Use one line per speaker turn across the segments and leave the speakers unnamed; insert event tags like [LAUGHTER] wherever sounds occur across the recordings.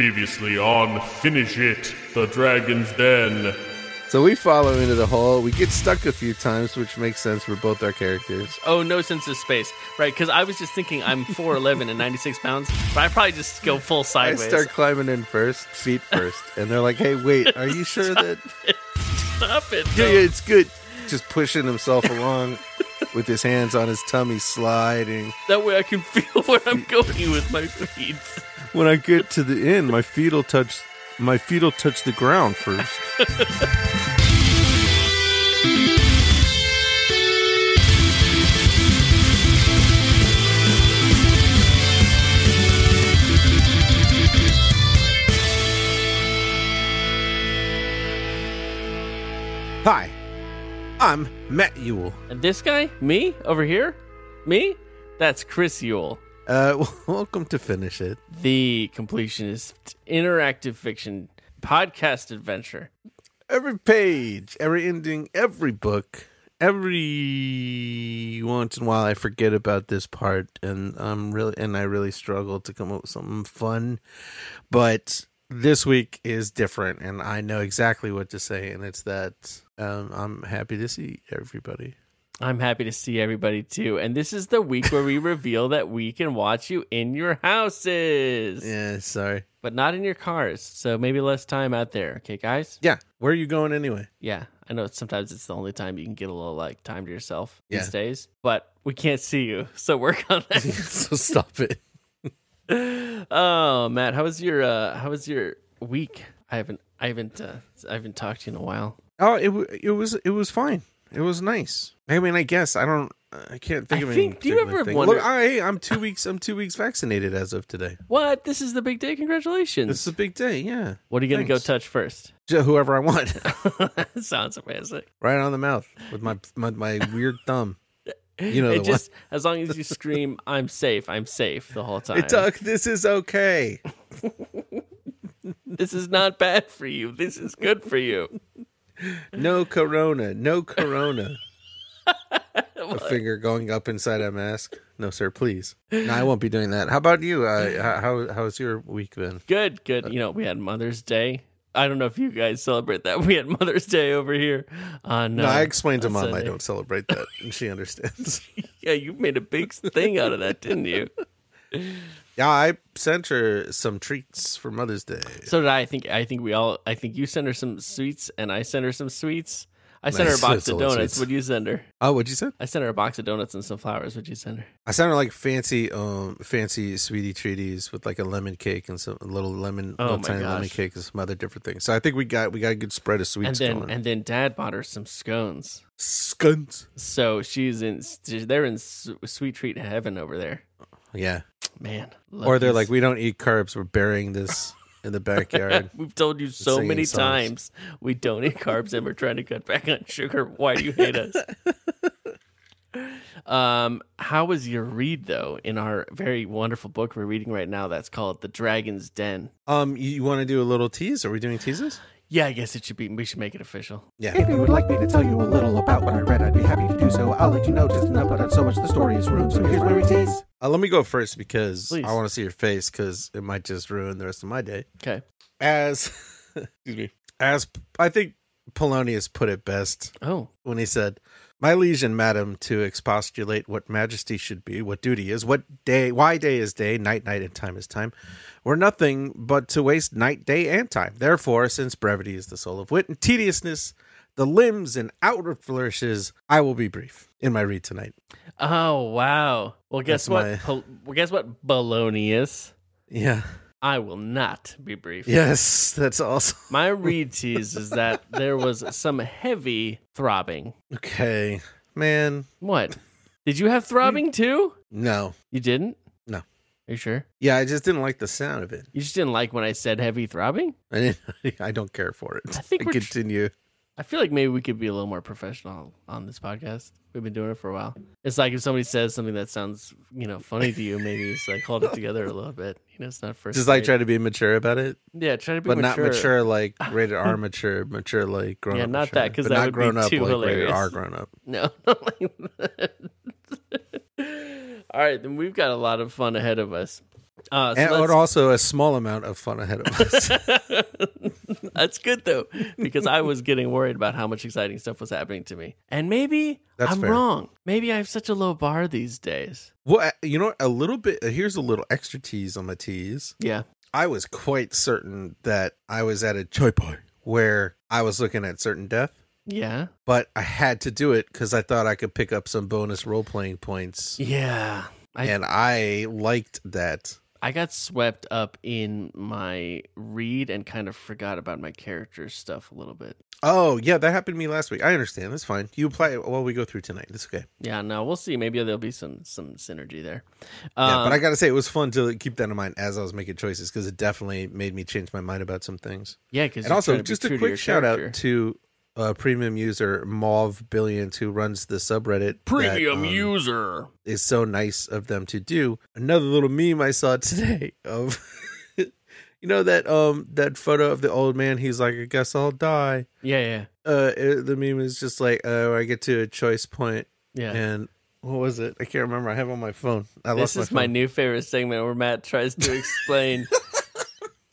Previously on Finish It, The Dragon's Den.
So we follow into the hole. We get stuck a few times, which makes sense for both our characters.
Oh, no sense of space. Right, because I was just
[LAUGHS]
thinking I'm 4'11 and 96 pounds, but I probably just go full
I
sideways.
start climbing in first, feet first, and they're like, "Hey, wait, are you sure that?" [LAUGHS]
Stop it.
Yeah,
no.
yeah, it's good. Just pushing himself along with his hands on his tummy, sliding.
That way I can feel [LAUGHS] where I'm going with my feet.
When I get to the end, my feet'll touch my feet'll touch the ground first. Hi, I'm Matt Ewell.
And this guy? Me? Over here? Me? That's Chris Yule,
Uh, [LAUGHS] welcome to finish it.
the completionist interactive fiction podcast adventure.
every page, every ending, every book, every once in a while I forget about this part and I'm really and I really struggle to come up with something fun. But this week is different and I know exactly what to say and it's that um, I'm happy to see everybody.
I'm happy to see everybody too. And this is the week where
[LAUGHS]
we reveal that we can watch you in your houses,
Yeah, sorry.
but not in your cars. So maybe less time out there. Okay, guys?
Yeah, where are you going anyway? [LAUGHS]
Yeah, I know sometimes it's the only time you can get a little like time to yourself
Yeah.
these days, but we can't see you, [LAUGHS] so work on
[LAUGHS]
that.
so stop it.
oh, Matt, how was your uh how was your week? I haven't I haven't uh, I haven't talked to you in a while.
Oh, it wa- it was it was fine. It was nice. I mean, I guess I don't. I can't think
I
of
think-
anything.
do you ever wonder-
Look, I I'm two weeks. I'm two weeks vaccinated as of today.
What? This is the big day. Congratulations.
This is a big day. Yeah,
what are you going to go
thanks.
touch first? [LAUGHS]
J- whoever I want, [LAUGHS]
that sounds amazing.
right on the mouth with my my, my weird thumb. You know
it
the
just as long as you scream I'm safe, I'm safe
[LAUGHS]
the whole time.
one. It's okay. This is okay.
This is not bad for you. This is good for you.
No corona. No
[LAUGHS]
corona. a finger going up inside a mask. No, sir. Please. No, I won't be doing that. How about you?
[LAUGHS]
Uh, how how's your week been?
Good,
Uh,
good. You know, we had Mother's Day. I don't know if you guys celebrate that. [LAUGHS] We had Mother's Day over here. On,
No,
uh,
I explained to
on
mom I
Sunday.
don't celebrate
[LAUGHS]
that, and she understands. [LAUGHS]
Yeah, you made a big thing out of that, didn't you?
Yeah, I sent her some treats for Mother's Day.
So did I. I think I think we all. I think you sent her some sweets, and I sent her some sweets. I sent
Nice. [LAUGHS]
her a box
That's
of
all the
donuts.
sweets.
Would you send her?
Oh, what'd you say?
I sent her a box of donuts and some flowers. Would you send her?
I sent her like fancy, um, fancy sweetie treaties with like a lemon cake and some a little lemon,
Oh
little
my
tiny lemon
gosh.
cake and some other different things. So I think we got we got a good spread of
and
sweets
then
going.
and then Dad bought her some scones.
Skunts.
So she's in. They're in su- sweet treat heaven over there.
Yeah.
Man,
Or they're
love
like, we don't eat carbs. We're burying this in the backyard.
We've told you so
singing
many
songs.
times we don't eat carbs and we're trying to cut back on sugar. Why do you hate us?
[LAUGHS]
um, how was your read though in our very wonderful book we're reading right now that's called The Dragon's Den?
[LAUGHS] um, you, want to do a little tease? Are we doing teases?
Yeah, I guess it should be we should make it official.
If you would like me to tell you a little about what I read, I'd be happy to do so. I'll let you know just enough, but not so much the story is ruined. So here's my tease.
Uh, let me go first because
Please.
I want to see your face because it might just ruin the rest of my day.
Okay.
as [LAUGHS] excuse me as i think polonius put it best
Oh,
when he said my liege and madam to expostulate what majesty should be what duty is what day why day is day night night and time is time were nothing but to waste night day and time therefore since brevity is the soul of wit and tediousness the limbs and outward flourishes i will be brief in my read tonight
oh wow. Well, guess
That's
what?
my-
Pol- well, guess what? Balonius.
yeah
I will not be brief.
yes that's awesome [LAUGHS]
My read tease is that there was some heavy throbbing.
okay man
What? Did you have throbbing too?
no
You didn't?
No.
Are you sure?
yeah i just didn't like the sound of it
You just didn't like when I said heavy throbbing?
[LAUGHS] I didn't, I don't care for it.
I think we're tr-
continue.
I feel like maybe we could be a little more professional on this podcast. We've been doing it for a while. It's like if somebody says something that sounds, you know, funny to you, maybe it's like
[LAUGHS]
hold it together a little bit. You know, it's not first.
Just like
grade.
try to be mature about it,
yeah, try to be
but
mature.
not mature like
[LAUGHS]
rated R mature, mature like grown
Yeah,
up.
not
mature,
that,
but
'cause that
not
would be
grown up
too
like rated
hilarious.
R grown up.
No, [LAUGHS] not like [LAUGHS] that. All right, then we've got a lot of fun ahead of us. Uh, so
and
that's-
also a small amount of fun ahead of us.
[LAUGHS] That's good though, because I was getting worried about how much exciting stuff was happening to me. And maybe
That's
I'm
fair.
wrong. Maybe I have such a low bar these days.
well, you know, what? a little bit. uh, Here's a little extra tease on the tease.
Yeah.
I was quite certain that I was at a choi pie where I was looking at certain death,
Yeah.
but I had to do it because I thought I could pick up some bonus role playing points,
Yeah. I
and I liked that.
I got swept up in my read and kind of forgot about my character stuff a little bit.
Oh yeah, that happened to me last week. I understand. That's fine. You apply it while we go through tonight. That's okay.
Yeah, no, we'll see. Maybe there'll be some some synergy there.
yeah, but
Um,
I gotta say it was fun to keep that in mind as I was making choices because it definitely made me change my mind about some things.
yeah, because
and also just a quick shout out to uh, premium user Mauve Billions who runs the subreddit.
premium
that, um,
user.
is so nice of them to do. Another little meme I saw [LAUGHS] today of you know that um that photo of the old man. He's like, I guess I'll die.
Yeah, yeah,
Uh, it- the meme is just like, oh, I get to a choice point,
yeah.
and what was it? I can't remember. I have it on my phone. I lost
This is my
phone.
new favorite segment where Matt tries to
[LAUGHS]
explain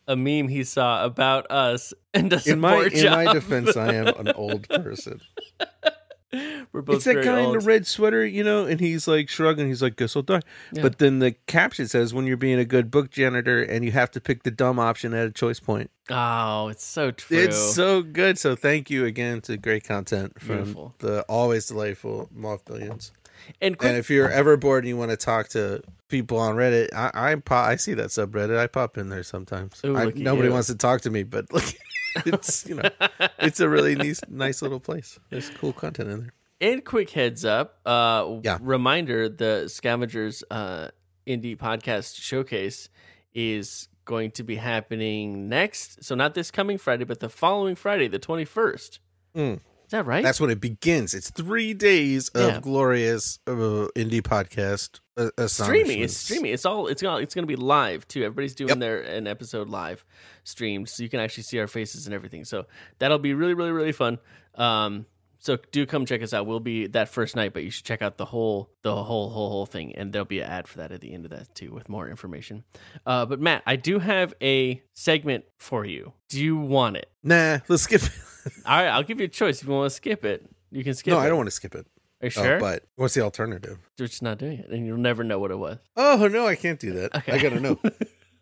a meme he saw about us and does
in
a
my
poor
in
job.
my defense, I am an old person.
[LAUGHS] We're both
it's that
very
guy in
old.
the red sweater, you know, and he's like shrugging. He's like, "Guess I'll die."
Yeah.
But then the caption says, "When you're being a good book janitor and you have to pick the dumb option at a choice point."
Oh, it's so true.
It's so good. So thank you again to great content from
Beautiful.
the always delightful Moth Billions.
and quick,
And if you're ever bored and you want to talk to people on Reddit, I I, pop, I see that subreddit. I pop in there sometimes.
Ooh,
I,
look at
nobody
you.
wants to talk to me, but [LAUGHS] like, it's
[LAUGHS]
you know, it's a really nice nice little place. There's cool content in there.
and quick heads up. Uh,
Yeah.
Reminder: the Scavengers uh, Indie Podcast Showcase is going to be happening next. So not this coming Friday, but the following Friday, the twenty first.
Mm.
Is that right?
That's when it begins. It's three days of
Yeah.
glorious uh, indie podcast. Uh,
streaming. It's
astonishments.
streaming. It's all. It's gonna. It's gonna be live too. Everybody's doing
Yep.
their an episode live streamed, so you can actually see our faces and everything. So that'll be really, really, really fun. Um, so do come check us out. We'll be that first night, but you should check out the whole, the whole, whole, whole thing, and there'll be an ad for that at the end of that too, with more information. Uh, but Matt, I do have a segment for you. Do you want it?
Nah, let's skip.
All right, I'll give you a choice. If you want to skip it, you can skip.
no,
it.
I don't want to skip it.
Are you
Uh,
sure?
but what's the alternative?
You're just not doing it, and you'll never know what it was.
Oh no, I can't do that.
Okay.
I gotta know.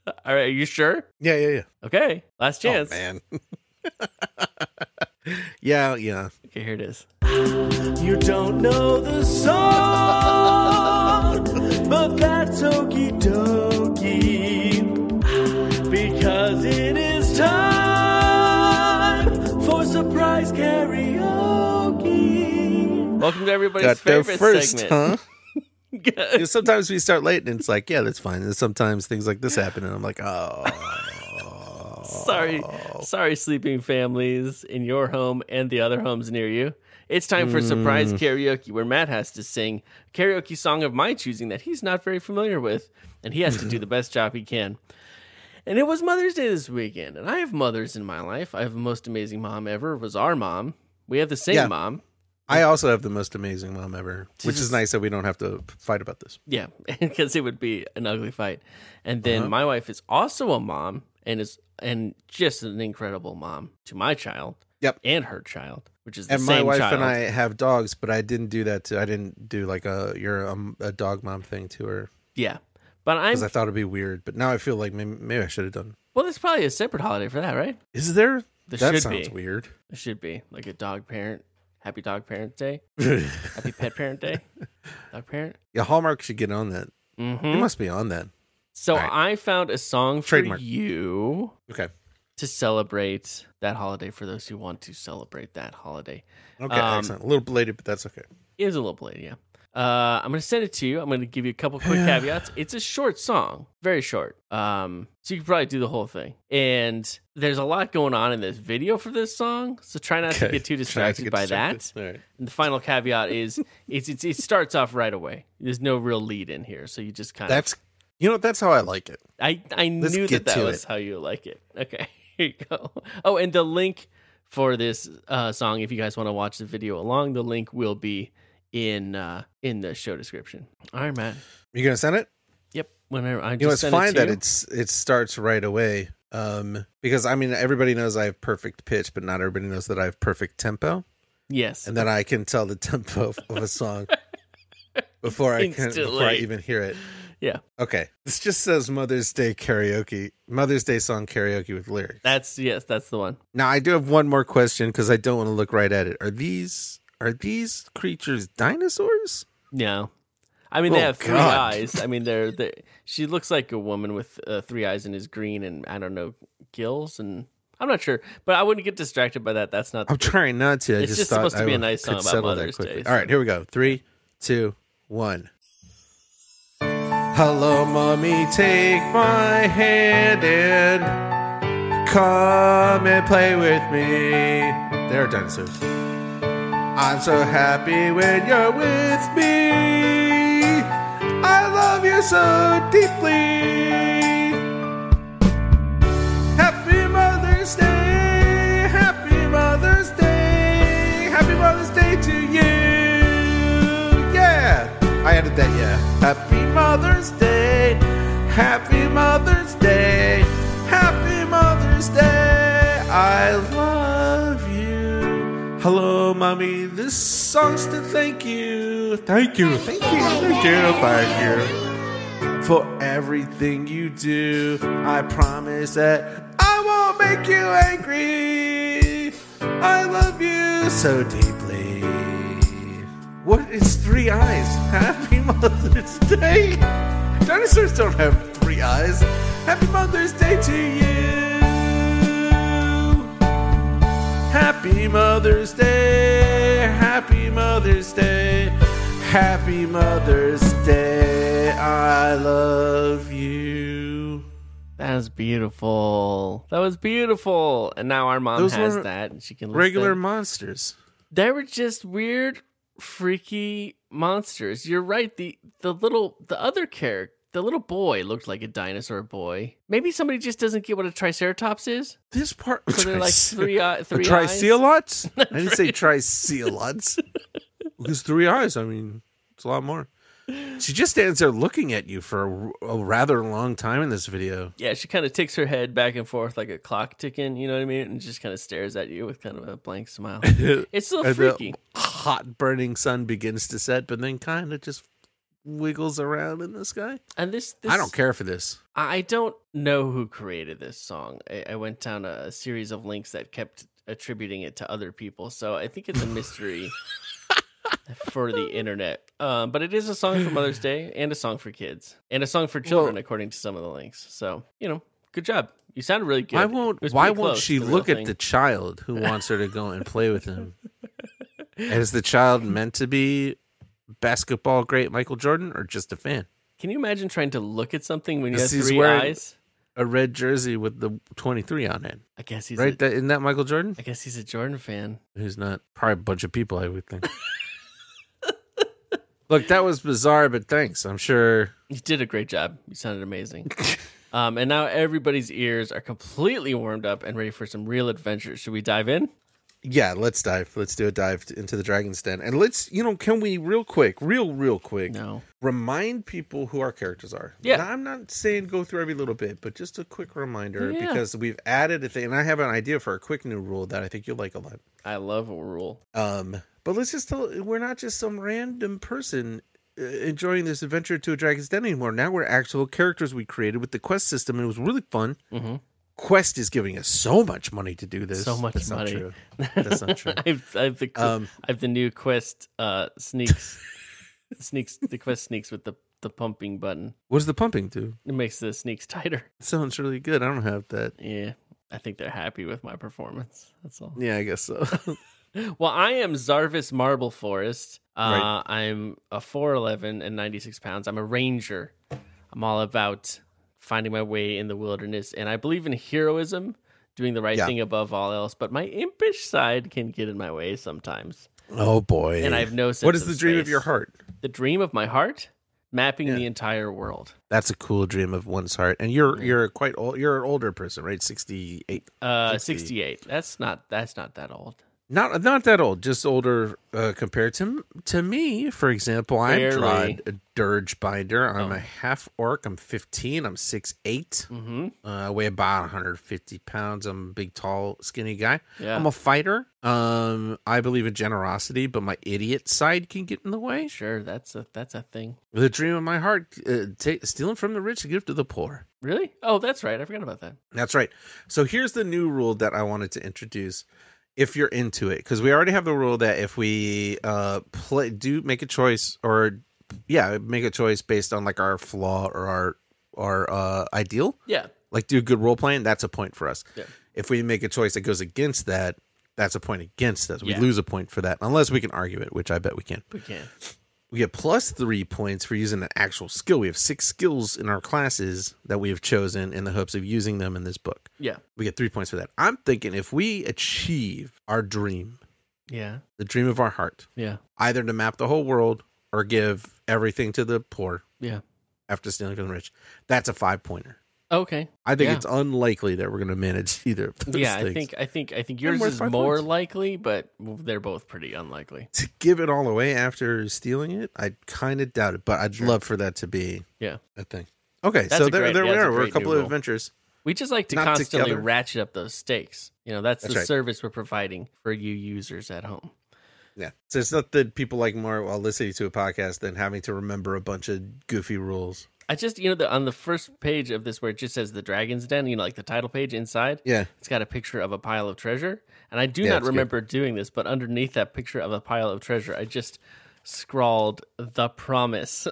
All right, are you sure?
Yeah, yeah,
[LAUGHS]
yeah.
Okay, last chance.
Oh man. [LAUGHS] yeah, yeah.
Okay, here it is. You don't know the song, but that's okie dokie. Because it is time for surprise karaoke. Welcome to everybody's
Got there
favorite
first,
[LAUGHS]
huh?
segment. [LAUGHS]
You know, sometimes we start late and it's like, yeah, that's fine. And sometimes things like this happen and I'm like, oh.
sorry, sorry, sleeping families in your home and the other homes near you. It's time for surprise karaoke, where Matt has to sing a karaoke song of my choosing that he's not very familiar with, and he has to do the best job he can. And it was Mother's Day this weekend, and I have mothers in my life. I have the most amazing mom ever. It was our mom. We have the same
Yeah.
mom.
I also have the most amazing mom ever, which is nice that we don't have to fight about this.
Yeah, [LAUGHS] because it would be an ugly fight. And
Uh-huh.
then my wife is also a mom and is and just an incredible mom to my child.
Yep.
and her child, which is the
And my
same
wife
child.
and I have dogs, but I didn't do that to. I didn't do like a you're um, a dog mom thing to her
Yeah, but I'm
because I thought it'd be weird. But now I feel like maybe, maybe I should have done.
well. There's probably a separate holiday for that, right?
Is there?
There
that
should
sounds [LAUGHS]
be.
weird.
It should be like a dog parent. Happy Dog Parent Day. Happy Pet Parent
[LAUGHS]
Day. Dog parent.
Yeah, Hallmark should get on that. It
hmm
must be on that.
So
All
I found a song for
Trademark.
you
Okay.
to celebrate that holiday for those who want to celebrate that holiday.
Okay,
Um,
excellent. A little belated, but that's okay.
It was a little belated, yeah. Uh, I'm gonna send it to you. I'm gonna give you a couple quick caveats. It's a short song, very short. Um, so you can probably do the whole thing. And there's a lot going on in this video for this song, so try not to
Okay.
get
[LAUGHS]
too
Try not to
distracted
get
by
distracted.
that.
All right.
And the final caveat is it's, it's it starts off right away. There's no real lead in here, so you just kind of
That's you know that's how I like it.
I, I
Let's
knew that
get
that
to
was
it.
how you like it. [LAUGHS] Okay, here you go. Oh, and the link for this uh, song, if you guys want to watch the video along, the link will be in uh, in the show description. All right, man.
You gonna send it?
Yep. whenever I just
you know it's
sent it
fine
to
that
you.
it's it starts right away um because i mean everybody knows i have perfect pitch but not everybody knows that i have perfect tempo
yes.
and then i can tell the [LAUGHS] tempo of, of a
[LAUGHS]
song before i can before i
Instantly.
even hear it
Yeah.
okay this just says mother's day karaoke mother's day song karaoke with lyrics
That's yes, that's the one.
now i do have one more question because i don't want to look right at it are these are these creatures dinosaurs
Yeah. I mean, they
Oh,
have three
God.
eyes. I mean, they're, they She looks like a woman with uh, three eyes and is green, and I don't know gills, and I'm not sure. But I wouldn't get distracted by that. That's not.
i'm trying not to I
It's
just
just
thought
supposed to
I
be a
would-
nice song
could
about
settle that
Mother's
quickly.
Day,
all
so-
right here we go three two one Hello, mommy, take my hand and come and play with me. There are dinosaurs. I'm so happy when you're with me. I love you so deeply. Happy Mother's Day! Happy Mother's Day! Happy Mother's Day to you! Yeah! I added that, yeah. Happy Mother's Day! Happy Mother's Day! Happy Mother's Day! I love you! Hello, Mommy. This song's to thank you. Thank you. Thank you. Thank you. Thank you for everything you do. I promise that I won't make you angry. I love you so deeply. What is three eyes? [LAUGHS] Happy Mother's Day! Dinosaurs don't have three eyes. Happy Mother's Day to you! Happy Mother's Day. Happy Mother's Day. Happy Mother's Day. I love you.
That was beautiful. That was beautiful. And now our mom
Those
has
were
that, and she can listen.
Regular monsters.
They were just weird, freaky monsters. You're right. The the little the other character, the little boy, looked like a dinosaur boy. Maybe somebody just doesn't get what a
[LAUGHS]
triceratops is.
This part.
So they're like
[LAUGHS]
three, eye,
The
three eyes.
tricelots?
[LAUGHS]
I didn't say tricelots. because three eyes, I mean, it's a lot more. She just stands there looking at you for a, a rather long time in this video.
Yeah, she kind of ticks her head back and forth like a clock ticking. You know what I mean? And just kind of stares at you with kind of a blank smile. It's [LAUGHS] a little
[LAUGHS] And uh, the
freaky.
hot burning sun begins to set, but then kind of just wiggles around in the sky.
And this, this
I don't care for this.
I don't know who created this song. I, I went down a, series of links that kept attributing it to other people, so I think it's
[LAUGHS]
a mystery for the internet. Um, but it is a song for Mother's Day and a song for kids and a song for children, according to some of the links. So you know, good job. You sounded really good.
Why
It
won't
was
Why
pretty
won't
close
she
to the
look
real
at the
thing.
child [LAUGHS] who wants her to go and play with him? Is the child meant to be basketball great Michael Jordan or just a fan?
Can you imagine trying to look at something when you have
This is
three
where-
eyes?
A red jersey with the twenty three on it,
I guess he's
right?
A,
That, isn't that Michael Jordan?
I guess he's a Jordan fan.
Who's not? Probably a bunch of people, I would [LAUGHS] think. Look, that was bizarre, but thanks. I'm sure.
You did a great job. You sounded amazing. [LAUGHS] um, and now everybody's ears are completely warmed up and ready for some real adventure. Should we dive in?
Yeah, let's dive. Let's do a dive into the Dragon's Den, and let's you know, can we real quick, real real quick,
No.
remind people who our characters are.
Yeah.
Now, I'm not saying go through every little bit, but just a quick reminder
Yeah.
because we've added a thing, and I have an idea for a quick new rule that I think you'll like a lot.
I love a rule. [LAUGHS]
Um, but let's just tell we're not just some random person uh, enjoying this adventure to a dragon's den anymore. Now we're actual characters we created with the quest system, and it was really fun.
Mhm.
Quest is giving us so much money to do this.
So much
That's
money.
Not
[LAUGHS]
true. That's not true.
I've, I've the cool,
Um,
I've the new quest uh, sneaks, [LAUGHS] sneaks the quest sneaks with the the pumping button.
What does the pumping do?
It makes the sneaks [LAUGHS] tighter.
It sounds really good. I don't have that.
Yeah, I think they're happy with my performance. That's all.
Yeah, I guess so. [LAUGHS]
Well, I am Zarvis Marble Forest. Uh,
Right.
I'm a 4'11 and 96 pounds. I'm a ranger. I'm all about finding my way in the wilderness, and I believe in heroism, doing the right
Yeah.
thing above all else. But my impish side can get in my way sometimes,
oh boy.
and I have no sense.
What is the dream of
space.
your heart?
The dream of my heart, mapping
Yeah.
the entire world.
That's a cool dream of one's heart. And you're you're quite old. You're an older person, right? Sixty eight.
Uh,
68.
68. That's not. That's not that old.
Not not that old, just older uh, compared to m- to me. For example, I'm
Barely. Oh.
Drod a Dirge Binder. I'm a half orc. I'm 15. I'm 6'8".
Mm. Mm-hmm.
Uh, I weigh about 150 pounds. I'm a big, tall, skinny guy.
Yeah.
I'm a fighter. Um, I believe in generosity, but my idiot side can get in the way.
Sure, that's a that's a thing.
The dream of my heart, uh, ta stealing from the rich, to give to the poor.
Really? Oh, that's right. I forgot about that.
That's right. So here's the new rule that I wanted to introduce. If you're into it, because we already have the rule that if we uh play, do make a choice, or yeah, make a choice based on like our flaw or our our uh ideal,
Yeah.
like do good role playing, that's a point for us.
Yeah.
If we make a choice that goes against that, that's a point against us. We
Yeah.
lose a point for that, unless we can argue it, which I bet we can.
We can.
We get plus three points for using an actual skill. We have six skills in our classes that we have chosen in the hopes of using them in this book
Yeah.
we get three points for that. I'm thinking if we achieve our dream,
Yeah.
the dream of our heart,
Yeah.
either to map the whole world or give everything to the poor
Yeah.
after stealing from the rich, that's a five pointer.
Okay.
I think
Yeah.
it's unlikely that we're going to manage [LAUGHS] either of those
yeah,
things.
I think I think I think yours
worth
is
five
more
points.
likely, but they're both pretty unlikely.
to give it all away after stealing it, I kind of doubt it, but I'd love for that to be
Yeah.
a thing. Okay,
That's
so
a
there,
great-
there we
that's a
are. We're a
great new
couple of
rule.
adventures.
We just like to
Not
constantly
together.
ratchet up those stakes. You know, that's,
That's
the
right.
service we're providing for you users at home.
Yeah. So it's not that people like more while listening to a podcast than having to remember a bunch of goofy rules.
I just, you know, the, on the first page of this where it just says the Dragon's Den, you know, like the title page inside,
Yeah. [LAUGHS]
it's got a picture of a pile of treasure. And I do
Yeah,
not
it's good.
remember doing this, but underneath that picture of a pile of treasure, I just scrawled the promise.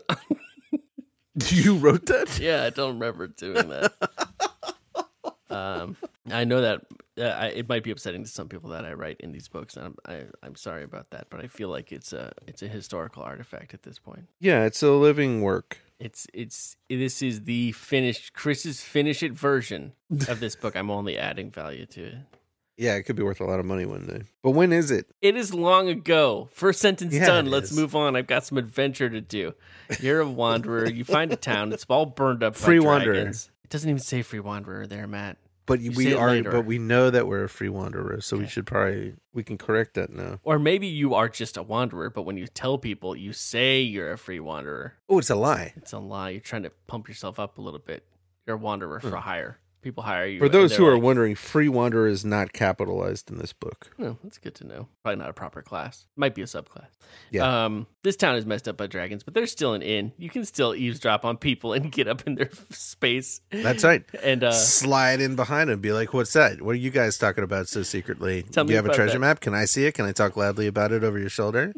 You wrote that?
yeah, I don't remember
[LAUGHS]
doing that. um, I know that uh, I, it might be upsetting to some people that I write in these books, and I'm I, I'm sorry about that. But I feel like it's a it's a historical artifact at this point.
Yeah, it's a living work.
It's it's this is the finished Chris's finish it version of this book. I'm only adding value to it.
Yeah, it could be worth a lot of money one day. But when is it?
It is long ago. First sentence
Yeah,
done.
it
Let's
is.
move on. I've got some adventure to do. You're a wanderer. you find a town. It's all burned up.
Free
by
wanderer.
dragons. It doesn't even say free wanderer there, Matt.
But
You say
we
it
are
later.
but we know that we're a free wanderer, so we should probably we can correct that now.
Or maybe you are just a wanderer, but when you tell people, you say you're a free wanderer.
Oh, it's a lie.
It's a lie. You're trying to pump yourself up a little bit. You're a wanderer for hire. People hire
Hmm.
you.
For
and
those
they're
who are
like,
wondering, free wanderer is not capitalized in this book.
No, "Hmm, that's good to know. Probably not a proper class. Might be a subclass.
Yeah.
Um, this town is messed up by dragons, but there's still an inn. You can still eavesdrop on people and get up in their [LAUGHS] space.
That's right.
[LAUGHS]
[LAUGHS]
And uh,
Slide in behind him, be like, "What's that? What are you guys talking about so secretly?
[LAUGHS] Tell
Do
me
you have a
about
treasure
that."
map? Can I see it? Can I talk loudly about it over your shoulder?"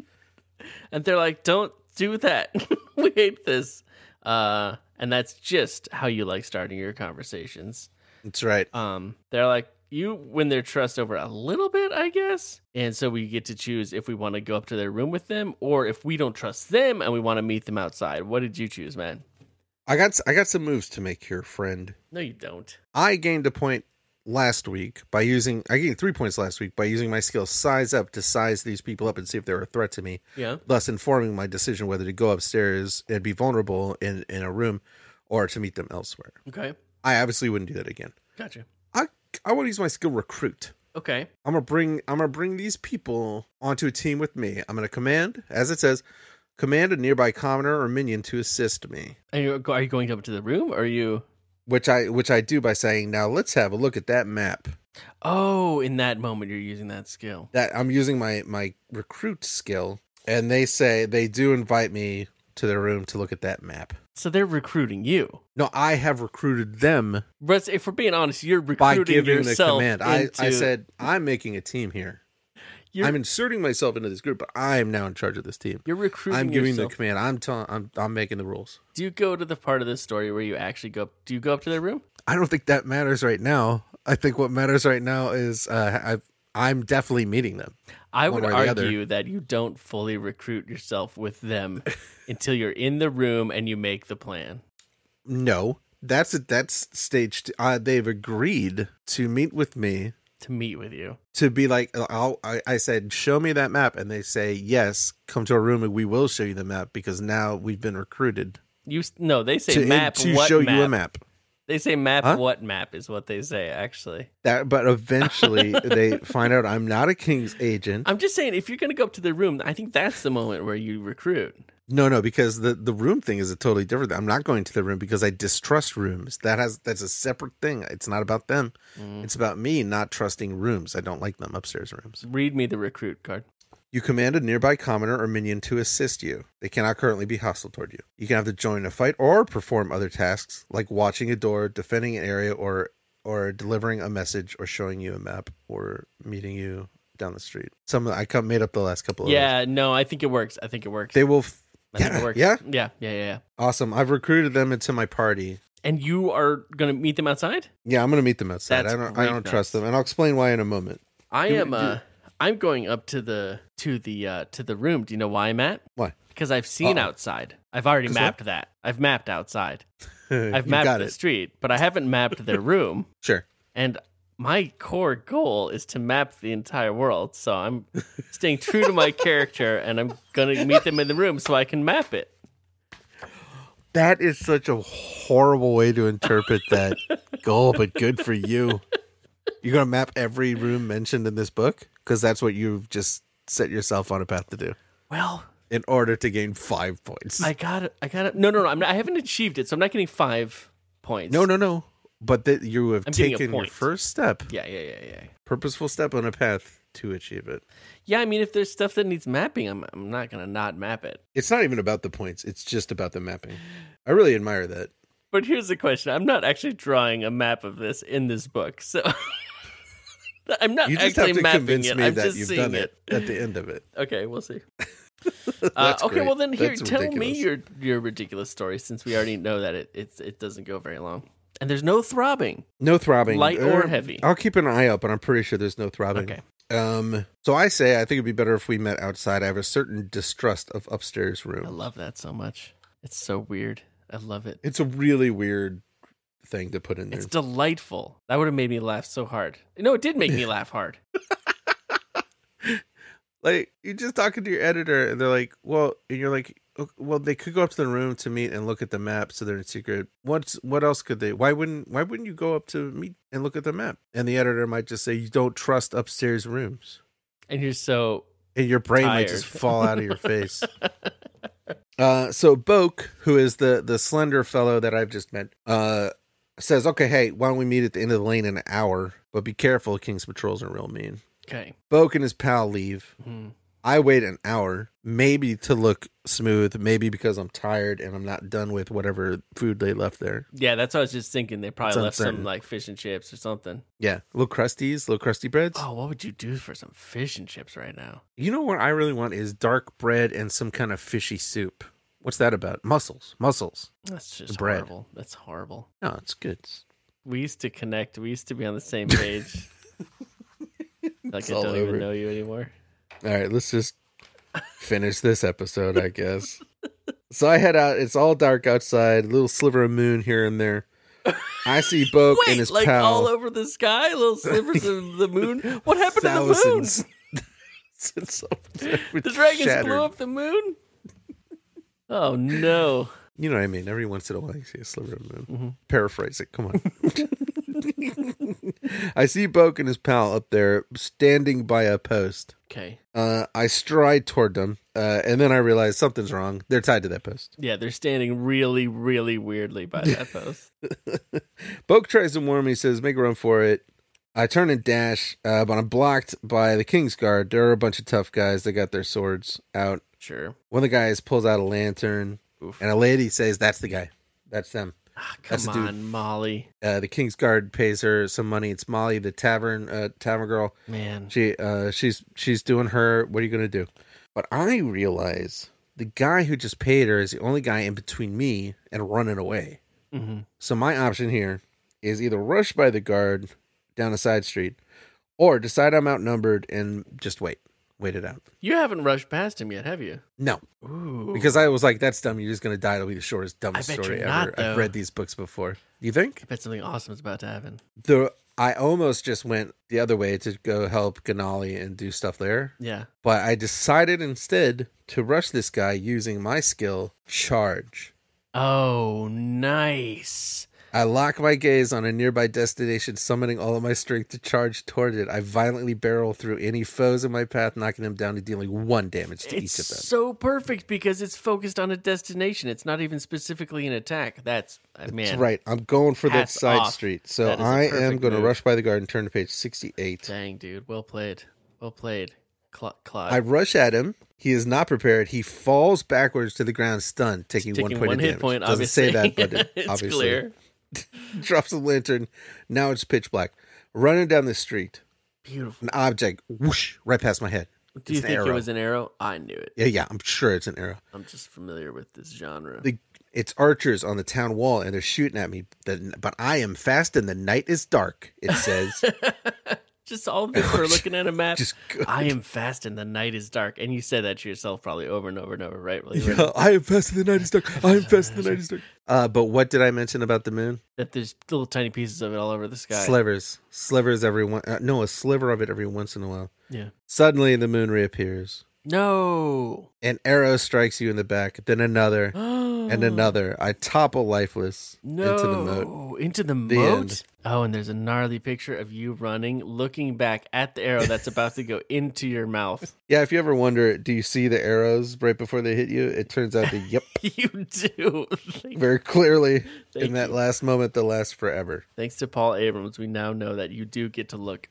and they're like, "Don't do that. [LAUGHS] we hate this." Uh, and that's just how you like starting your conversations.
That's right.
um they're like you win their trust over a little bit i guess and so we get to choose if we want to go up to their room with them or if we don't trust them and we want to meet them outside what did you choose man
I got I got some moves to make here, friend.
no you don't
I gained a point last week by using I gained three points last week by using my skill size up to size these people up and see if they're a threat to me,
yeah
thus informing my decision whether to go upstairs and be vulnerable in, in a room or to meet them elsewhere.
okay
I obviously wouldn't do that again.
gotcha
I I want to use my skill recruit.
okay
I'm gonna bring I'm gonna bring these people onto a team with me. I'm gonna command, as it says, command a nearby commoner or minion to assist me.
are you, are you going up to the room or are you
Which I which I do by saying, now let's have a look at that map.
oh in that moment you're using that skill
that I'm using my my recruit skill, and they say they do invite me to their room to look at that map.
so they're recruiting you
No, I have recruited them
but if we're being honest you're recruiting
by giving the
yourself
command.
into-
I, I said I'm making a team here.
You're-
I'm inserting myself into this group, but I am now in charge of this team.
you're recruiting
I'm giving
yourself.
the command. I'm telling. I'm I'm making the rules.
do you go to the part of the story where you actually go up do you go up to their room
I don't think that matters right now. I think what matters right now is uh, I've, I'm definitely meeting them.
I
one
would
way or the other.
argue that you don't fully recruit yourself with them until you're in the room and you make the plan.
No, that's that's staged. Uh, they've agreed to meet with me
To meet with you,
to be like uh, I'll, I, I said show me that map and they say yes come to our room and we will show you the map because now we've been recruited
you s- no. They say
to,
map
to
what
show
map.
you a map
They say map
Huh?
what map is what they say actually.
That, but
[LAUGHS]
eventually they find out I'm not a king's agent.
I'm just saying if you're going to go up to the room, I think that's the moment where you recruit.
No, no, because the the room thing is a totally different. I'm not going to the room because I distrust rooms. That has that's a separate thing. It's not about them.
Mm.
It's about me not trusting rooms. I don't like them upstairs rooms.
Read me the recruit card.
You command a nearby commoner or minion to assist you. They cannot currently be hostile toward you. You can have to join a fight or perform other tasks like watching a door, defending an area, or or delivering a message, or showing you a map, or meeting you down the street. Some I come made up the last couple. of those.
Yeah, no, I think it works. I think it works.
they will. F-
I think it
yeah,
works.
yeah,
yeah, yeah, yeah. yeah.
awesome. I've recruited them into my party.
And you are going to meet them outside?
Yeah, I'm gonna meet them outside.
That's
I don't. I
great
don't
news.
trust them, and I'll explain why in a moment.
I
Do-
am
do-
uh I'm going up to the to the uh to the room. Do you know why I'm at?
Why? [LAUGHS]
Because I've seen
Uh-oh.
outside. I've already
'Cause what?
mapped that. I've mapped outside. I've
You
mapped
got
the
it.
street, but I haven't mapped their room.
Sure.
And my core goal is to map the entire world. So I'm staying true to my character and I'm gonna meet them in the room so I can map it.
That is such a horrible way to interpret
[LAUGHS]
that goal, but good for you. You're gonna map every room mentioned in this book because that's what you've just set yourself on a path to do
Well,
in order to gain five points.
I got it. I got it. No, no, no. I'm not, I haven't achieved it, so I'm not getting five points.
no, no, no. But that you have
I'm getting a
taken your
point.
first step,
Yeah, yeah, yeah, yeah.
purposeful step on a path to achieve it.
Yeah, I mean, if there's stuff that needs mapping, I'm I'm not gonna not map it.
It's not even about the points; it's just about the mapping. I really admire that.
But here's the question: I'm not actually drawing a map of this in this book, so [LAUGHS] I'm not
You just
actually
have to
mapping
convince
it.
me
I'm
that
just
you've
seeing
done it. at the end of it.
Okay,
[LAUGHS]
we'll see. Uh,
That's
okay,
great.
well then here,
That's
tell
ridiculous.
me your your ridiculous story, since we already know that it it's, it doesn't go very long, and there's no throbbing.
No throbbing, Uh,
Light or heavy?
I'll keep an eye out, but I'm pretty sure there's no throbbing.
Okay.
Um. So I say I think it'd be better if we met outside. I have a certain distrust of upstairs
I
room.
love that so much. It's so weird. I love it.
It's a really weird thing to put in there.
It's delightful. That would have made me laugh so hard. No, it did
[LAUGHS]
make me laugh hard.
like you're just talking to your editor, and they're like, "Well," and you're like, "Oh, "Well, they could go up to the room to meet and look at the map, so they're in secret. What's what else could they? Why wouldn't Why wouldn't you go up to meet and look at the map?" And the editor might just say, "You don't trust upstairs rooms."
And you're so
and your brain might just
Tired.
fall out of your
[LAUGHS]
face. Uh, so Boke, who is the the slender fellow that I've just met, uh, says, "Okay, hey, why don't we meet at the end of the lane in an hour? But be careful, King's patrols are real mean."
okay.
Boke and his pal leave.
Hmm.
I wait an hour, maybe to look smooth, maybe because I'm tired and I'm not done with whatever food they left there.
Yeah, that's what I was just thinking. They probably
It's
left some
uncertain.
like fish and chips or something.
Yeah, little crusties, little crusty breads.
Oh, what would you do for some fish and chips right now?
You know what I really want is dark bread and some kind of fishy soup. What's that about? Mussels, mussels.
That's just
bread.
horrible. That's horrible.
No, it's good.
We used to connect. We used to be on
[LAUGHS]
the same page. like I
all
don't
over.
even know you anymore.
All right, let's just finish this episode, I guess. So I head out. It's all dark outside. Little sliver of moon here and there. I see Boke and
Wait,
his
like
pal.
all over the sky, little slivers of the moon. What happened to the moon?
thousands. [LAUGHS] It's over there,
The dragons
shattered.
blew up the moon. Oh no!
You know what I mean? Every once in a while, you see a sliver of moon. Paraphrase it. Come on. [LAUGHS] I see Boke and his pal up there standing by a post.
Okay,
Uh, I stride toward them, uh, and then I realize something's wrong. They're tied to that post.
yeah, they're standing really, really weirdly by
[LAUGHS]
that post.
Boke tries to warn me, says, make a run for it. I turn and dash, uh, but I'm blocked by the King's Guard. There are a bunch of tough guys that got their swords out.
Sure.
One of the guys pulls out a lantern,
Oof.
and a lady says, That's the guy. That's them.
Ah,
That's
come
the dude.
on, Molly.
Uh, the King's Guard pays her some money. It's Molly, the tavern uh, tavern girl.
Man.
She uh, she's she's doing her. What are you gonna do? But I realize the guy who just paid her is the only guy in between me and running away.
hmm
So my option here is either rush by the guard down a side street or decide I'm outnumbered and just wait. Wait it out.
You haven't rushed past him yet, have you?
No,
Ooh.
because I was like, that's dumb. You're just going to die. It'll be the shortest, dumbest
I bet
story
you're
ever.
not,
I've
though.
read these books before. You think?
I bet something awesome is about to happen.
The I almost just went the other way to go help Ganali and do stuff there,
Yeah.
but I decided instead to rush this guy using my skill, charge.
Oh, nice.
I lock my gaze on a nearby destination, summoning all of my strength to charge toward it. I violently barrel through any foes in my path, knocking them down and dealing one damage to
It's
each of them.
so perfect because it's focused on a destination. It's not even specifically an attack. That's uh, man.
That's right. I'm going for that
Hats
side
off.
street. So
That is a
I am
perfect
going to
move.
rush by the garden, turn to page 68.
Dang, dude. Well played. Well played. Cla- Claude.
I rush at him. He is not prepared. He falls backwards to the ground, stunned, taking,
Taking
one
one,
point of
hit
damage.
point.
Doesn't
obviously,
say that,
[LAUGHS]
but it
it's
obviously
clear.
[LAUGHS] drops the lantern. Now it's pitch black. Running down the street,
Beautiful.
an object whoosh right past my head.
Do you
an
think it
arrow.
was an arrow? I knew it.
Yeah, yeah, I'm sure it's an arrow.
I'm just familiar with this genre.
The it's archers on the town wall, and they're shooting at me. The- But I am fast, and the night is dark. It says.
[LAUGHS] just all of this
[LAUGHS]
for looking at a map.
Just good.
I am fast and the night is dark. And you said that to yourself probably over and over and over, right? Really,
Yeah, I am fast and the night is dark. I am fast and the night is dark. Uh, but what did I mention about the moon?
That there's little tiny pieces of it all over the sky.
Slivers, slivers every one. Uh, no, a sliver of it every once in a while.
Yeah.
Suddenly, the moon reappears.
No.
An arrow strikes you in the back, then another, and
and
another. I topple lifeless
no.
into the moat.
Into
The
the moat?
end.
Oh, and there's a gnarly picture of you running, looking back at the arrow that's about to go [LAUGHS] into your mouth. [LAUGHS]
Yeah, if you ever wonder, do you see the arrows right before they hit you? It turns out that yep,
you do. [LAUGHS] Thank-
very clearly.
[LAUGHS] Thank
in that
you.
last moment, that lasts forever.
Thanks to Paul Abrams, we now know that you do get to
[LAUGHS]
look.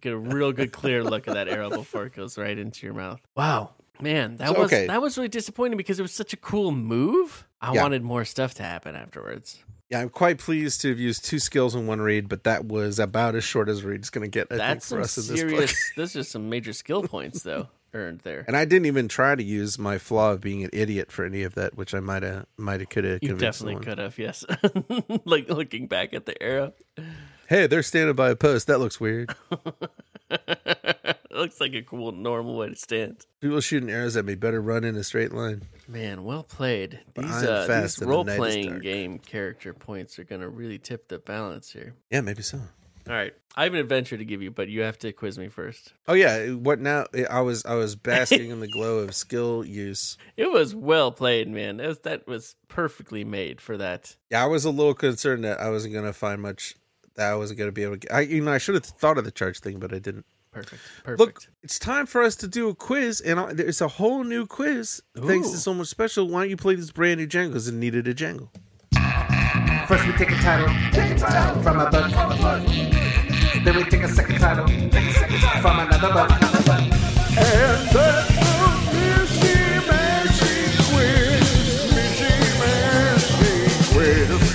Get a real good clear look at that arrow before it goes right into your mouth. Wow. Man, that
So,
was
okay.
that was really disappointing because it was such a cool move. I
Yeah.
wanted more stuff to happen afterwards.
Yeah, I'm quite pleased to have used two skills in one read, but that was about as short as a read's going to get. I
That's
think, for
some
us in this book.
serious. Those are some major skill points though earned there.
[LAUGHS] And I didn't even try to use my flaw of being an idiot for any of that, which I might have, might have, could have.
You definitely could have, yes. [LAUGHS] like looking back at the arrow,
Hey, they're standing by a post. That looks
[LAUGHS]
weird.
it [LAUGHS] looks like a cool normal way to stand.
People shooting arrows at me better run in a straight line.
Man, well played. These
I'm
uh,
fast
these
and the night
role
is
playing
dark.
game character points are gonna really tip the balance here.
Yeah, maybe so.
All right, I have an adventure to give you, but you have to quiz me first.
Oh yeah, what now? I was I was basking in the glow of skill use.
It was well played, man. That was, that was perfectly made for that.
Yeah, I was a little concerned that I wasn't going to find much. That I wasn't going to be able to. Get, I you know I should have thought of the charge thing, but I didn't.
Perfect. Perfect.
Look, it's time for us to do a quiz, and I, there's a whole new quiz thanks
Ooh.
to someone special. Why don't you play this brand new Django? 'Cause it needed a Django.
First we take a title, take a title from a book. Then we take a second title, take a second title from another book. And that's what Missy Magic Quiz. Missy Magic Quiz.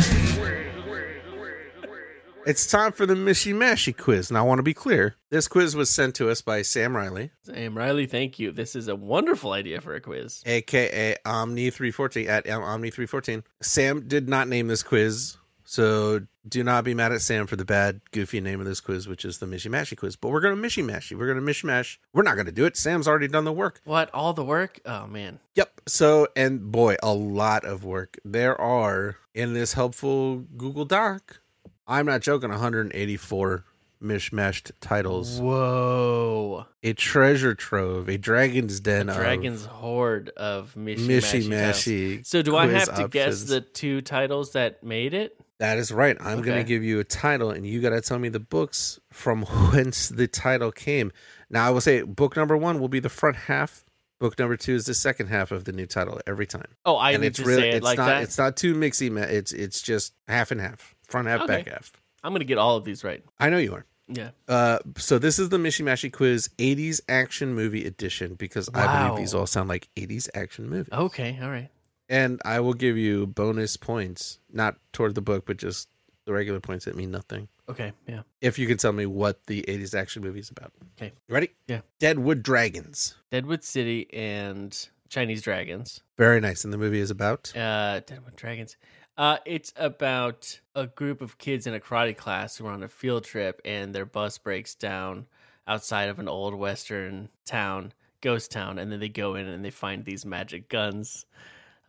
It's time for the Mishy Mashy quiz. And I want to be clear. This quiz was sent to us by Sam Riley,
Sam Riley, thank you. This is a wonderful idea for a quiz.
aka Omni314 at Omni314. Sam did not name this quiz. So do not be mad at Sam for the bad, goofy name of this quiz, which is the Mishy Mashy quiz. But we're going to Mishy Mashy. We're going to mishmash. We're not going to do it. Sam's already done the work.
What all the work? Oh man,
Yep. So, and boy, a lot of work. There are in this helpful Google Doc, I'm not joking, 184 mishmashed titles.
Whoa.
a treasure trove, a dragon's den, of
Dragon's horde of Mishy,
mishy
Mashy. tiles.
mashy.
So do I
quiz
have to guess
options.
the two titles that made it?
That is right. I'm going
Okay.
to give you a title, and you got to tell me the books from [LAUGHS] whence the title came. Now, I will say, book number one will be the front half. Book number two is the second half of the new title every time,
Oh, I
and
need
it's
to
really
say it
it's
like
not
that.
it's not too mixy. Ma- it's it's just half and half, front half,
Okay.
back half.
I'm gonna get all of these right.
I know you are.
Yeah.
Uh, so this is the Mishy Mashy Quiz 80s Action Movie Edition because I
Wow.
believe these all sound like 80s action movies.
Okay. All right.
And I will give you bonus points, not toward the book, but just the regular points that mean nothing.
Okay. Yeah.
If you can tell me what the 80s action movie is about.
Okay.
Ready?
Yeah.
Deadwood Dragons.
Deadwood City and Chinese Dragons.
Very nice. And the movie is about.
Uh, Deadwood Dragons. Uh, it's about a group of kids in a karate class who are on a field trip, and their bus breaks down outside of an old western town, ghost town, and then they go in and they find these magic guns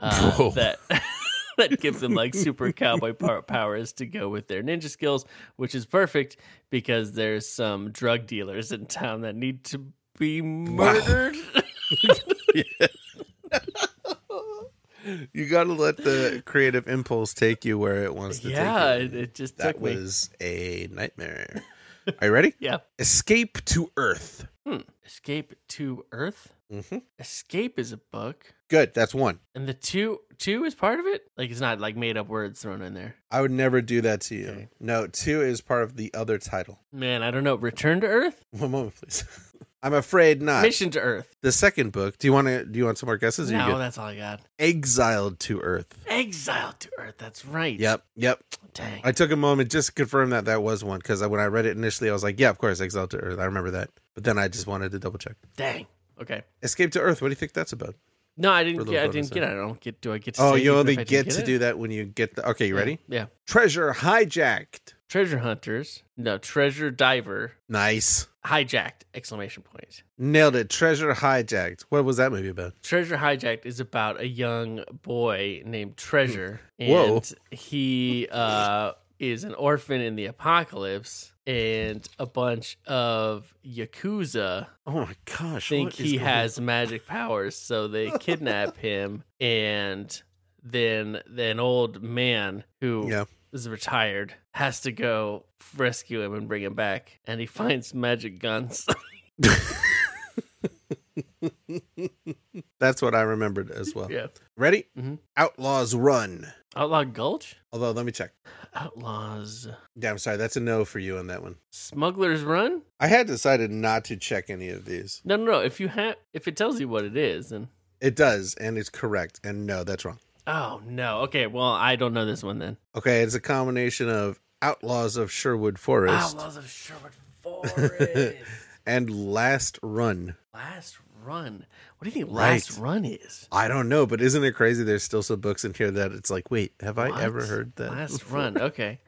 uh,
[LAUGHS] Whoa.
that [LAUGHS] that give them like super cowboy pow- powers to go with their ninja skills, which is perfect because there's some drug dealers in town that need to be murdered.
You got to let the creative impulse take you where it wants to
yeah,
take
it,
you.
it just
that
took me.
was a
[LAUGHS]
nightmare. Are you ready?
Yeah.
Escape to Earth.
Escape to Earth.
Mhm.
Escape is a book,
Good. That's one.
and the two two is part of it. Like it's not like made up words thrown in there.
I would never do that to you.
Okay.
No, two is part of the other title. [LAUGHS]
Man, I don't know. Return to Earth.
One moment, please. [LAUGHS] I'm afraid not.
Mission to Earth.
The second book. Do you want to? Do you want some more guesses? Or you
No,
good?
that's all I got.
Exiled to Earth.
Exile to Earth. That's right.
Yep. Yep.
Dang.
I took a moment just to confirm that that was one because when I read it initially, I was like, yeah, of course, Exiled to Earth. I remember that. But then I just wanted to double check.
Dang. Okay.
Escape to Earth. What do you think that's about?
No, I
For
didn't.
the
Get, I
bonus
didn't get.
there.
It. I don't get. Do I get? to
Oh,
say it
you
even
only
if I
get,
didn't
to
it?
do that when you get the. Okay, you
Yeah,
ready?
Yeah.
Treasure hijacked.
Treasure hunters. No, treasure diver.
Nice.
Hijacked! Exclamation point.
Nailed it. Treasure hijacked. What was that movie about?
Treasure Hijacked is about a young boy named Treasure, and
Mm. Whoa.
he uh, is an orphan in the apocalypse, and a bunch of yakuza
Oh my gosh.
think
what is
he
going-
has magic powers,
[LAUGHS]
so they kidnap him, and then an old man who is
Yeah.
retired has to go rescue him and bring him back, and he finds magic guns. [LAUGHS]
That's what I remembered as well.
yeah,
Ready?
Mhm.
Outlaws run.
Outlaw Gulch,
Although, let me check.
Outlaws.
Damn, sorry. That's a no for you on that one.
Smuggler's Run?
I had decided not to check any of these.
No, no, no. If you have, if it tells you what it is, then
It does, and it's correct. And no, that's wrong.
oh no. Okay, well I don't know this one then.
Okay, it's a combination of Outlaws of Sherwood Forest
Outlaws of Sherwood
[LAUGHS]
Forest.
and Last Run.
Last Run. What do you think
Right.
Last Run is?
I don't know, but isn't it crazy? There's still some books in here that it's like, wait, have I
What?
ever heard that?
Last
before?
Run. Okay.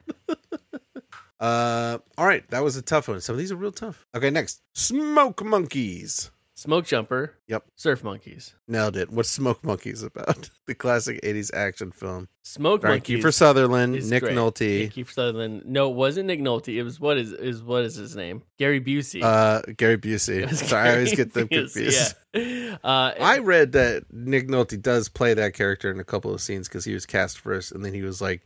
Uh, all right, that was a tough one. Some of these are real tough. Okay, next, Smoke Monkeys.
Smoke Jumper.
Yep.
Surf Monkeys.
Nailed it. What's Smoke Monkeys about? [LAUGHS] the classic '80s action film.
Smoke
Frank
Monkeys.
Kiefer Sutherland,
is
Nick
great.
Nolte,
Nick Kiefer Sutherland. No, it wasn't Nick Nolte. It was what is is what is his name? Gary Busey.
uh, Gary Busey.
[LAUGHS] It was
Sorry, I always
Gary
get them
Busey,
confused.
Yeah. Uh,
I read that Nick Nolte does play that character in a couple of scenes because he was cast first, and then he was like,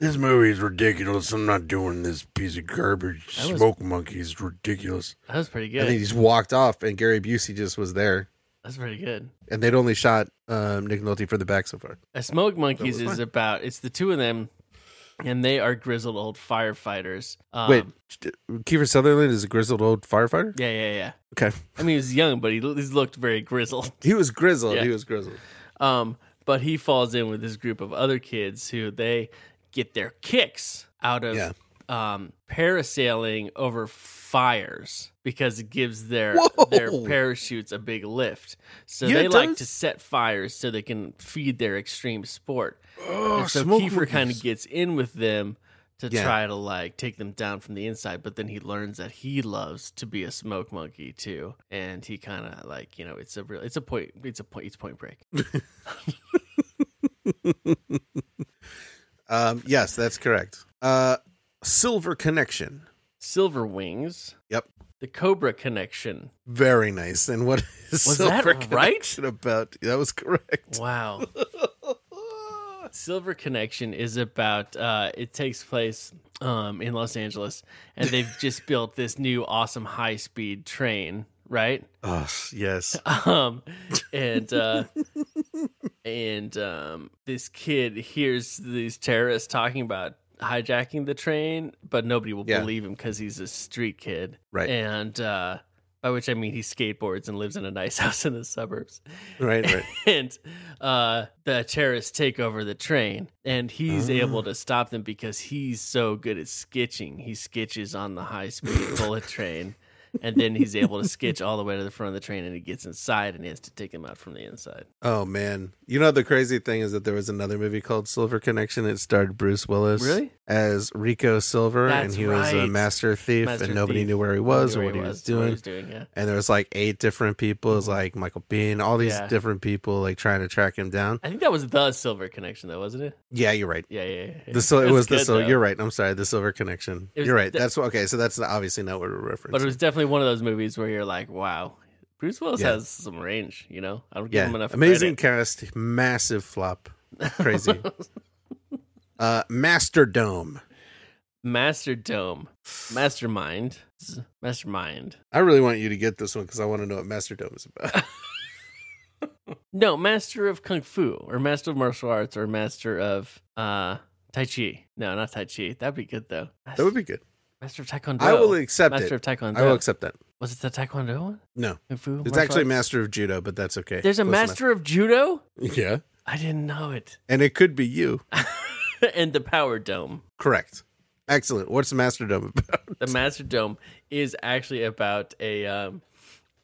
This movie is ridiculous. I'm not doing this piece of garbage.
That was-
Smoke monkey is ridiculous.
that was pretty
and then he
good.
just walked off, and Gary Busey just was there,
That's pretty good.
and they'd only shot um, Nick Nolte for the back so far.
A Smoke Monkeys
was
is
fine.
about it's the two of them, and they are grizzled old firefighters. Um,
Wait, Kiefer Sutherland is a grizzled old firefighter.
yeah, yeah, yeah.
Okay,
I mean, he was young, but he, l- he looked very grizzled.
he was grizzled.
Yeah.
He was grizzled.
Um, but he falls in with this group of other kids who they get their kicks out of
Yeah.
um, parasailing over fires because it gives their
Whoa.
their parachutes a big lift. So
Yeah,
they
it
like
does.
to set fires so they can feed their extreme sport. and so
smoke
Kiefer kind of
rings.
gets in with them to
Yeah.
try to like take them down from the inside, but then he learns that he loves to be a smoke monkey too, and he kind of like you know it's a real it's a point it's a point it's Point Break.
Um, yes, that's correct. Uh, Silver Connection.
Silver Wings.
Yep.
The Cobra Connection.
Very nice. And what is
Was that
Silver
right?
Connection about? That was
[LAUGHS]
correct.
Wow. Silver Connection is about uh it takes place um in Los Angeles and they've just built this new awesome high speed train, right?
Oh,
[LAUGHS]
yes.
Um and uh and um this kid hears these terrorists talking about hijacking the train, but nobody will
Yeah.
believe him cuz he's a street kid.
Right.
And uh by which I mean he skateboards and lives in a nice [LAUGHS] house in the suburbs.
Right, right.
and uh, the terrorists take over the train, and he's able
Ah.
to stop them because he's so good at sketching. He sketches on the
[LAUGHS]
high speed bullet train, and then he's able to sketch all the way to the front of the train, and he gets inside and he has to take him out from the inside.
Oh man! You know the crazy thing is that there was another movie called Silver Connection. It starred Bruce Willis,
Really?
as Rico Silver,
That's
and he was a
right.
master thief,
Master
and nobody
Thief.
knew where he was
Knew
or
where
what he was,
what
doing.
he was doing. Yeah,
And there was like eight different people, it was like Michael Bean, all these
Yeah.
different people, like trying to track him down.
I think that was the Silver Connection, though, wasn't it?
Yeah, you're right.
Yeah, yeah. yeah, yeah.
The sil- it
That's
was the
good,
sil-
though.
You're right. I'm sorry. The Silver Connection.
It was
You're right.
the-
that's okay. So that's obviously not what we're referencing.
But it was definitely one of those movies where you're like, wow, Bruce Willis
Yeah.
has some range, you know. I don't give
Yeah,
him enough
amazing
credit.
cast, massive
[LAUGHS]
flop, crazy. uh, Master Dome.
Master Dome, Mastermind, Mastermind.
I really want you to get this one because I want to know what Master Dome is
[LAUGHS]
about.
No, Master of Kung Fu or Master of Martial Arts or Master of uh Tai Chi. No, not Tai Chi. That'd be good though. Master,
that would be good.
Master of Taekwondo.
I will accept
Master of
it.
Taekwondo.
I will accept that.
Was it the Taekwondo one?
No,
Kung Fu.
it's
martial
actually
arts?
Master of Judo, but that's okay.
Oh There's a
Close
Master of Judo.
enough. [LAUGHS] Yeah,
I didn't know it. [LAUGHS]
and it could be you.
and the Power Dome.
Correct. Excellent. What's Master Dome about? [LAUGHS]
The Master Dome is actually about a um,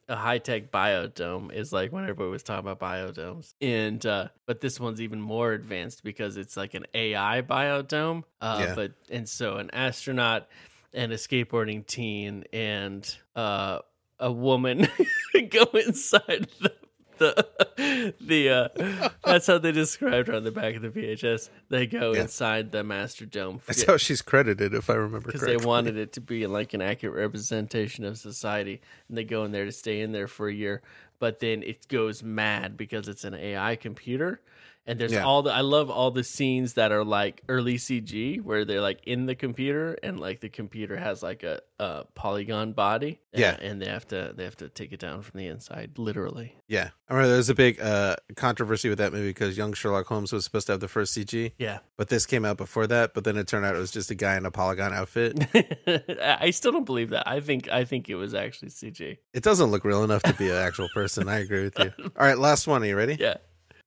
a high tech biodome. Is like when everybody was talking about biodomes, and uh, but this one's even more advanced because it's like an AI biodome. Uh,
Yeah.
But and so an astronaut and a skateboarding teen and uh, a woman [LAUGHS] go inside the. The the uh, that's how they described her on the back of the VHS. They go
Yeah.
inside the master dome.
That's
Forget-
how she's credited, if I remember
because they
correctly.
wanted it to be like an accurate representation of society and they go in there to stay in there for a year but then it goes mad because it's an ai computer and there's
Yeah.
all the i love all the scenes that are like early cg where they're like in the computer and like the computer has like a, a polygon body uh,
Yeah.
and they have to they have to take it down from the inside literally
Yeah, I remember there was a big uh, controversy with that movie because young Sherlock Holmes was supposed to have the first CG,
yeah
but this came out before that. But then it turned out it was just a guy in a polygon outfit.
[LAUGHS] [LAUGHS] I I still don't believe that. I think I think it was actually CG.
It doesn't look real enough to be an actual person. I agree with
[LAUGHS]
you. All right, last one. Are you ready?
Yeah.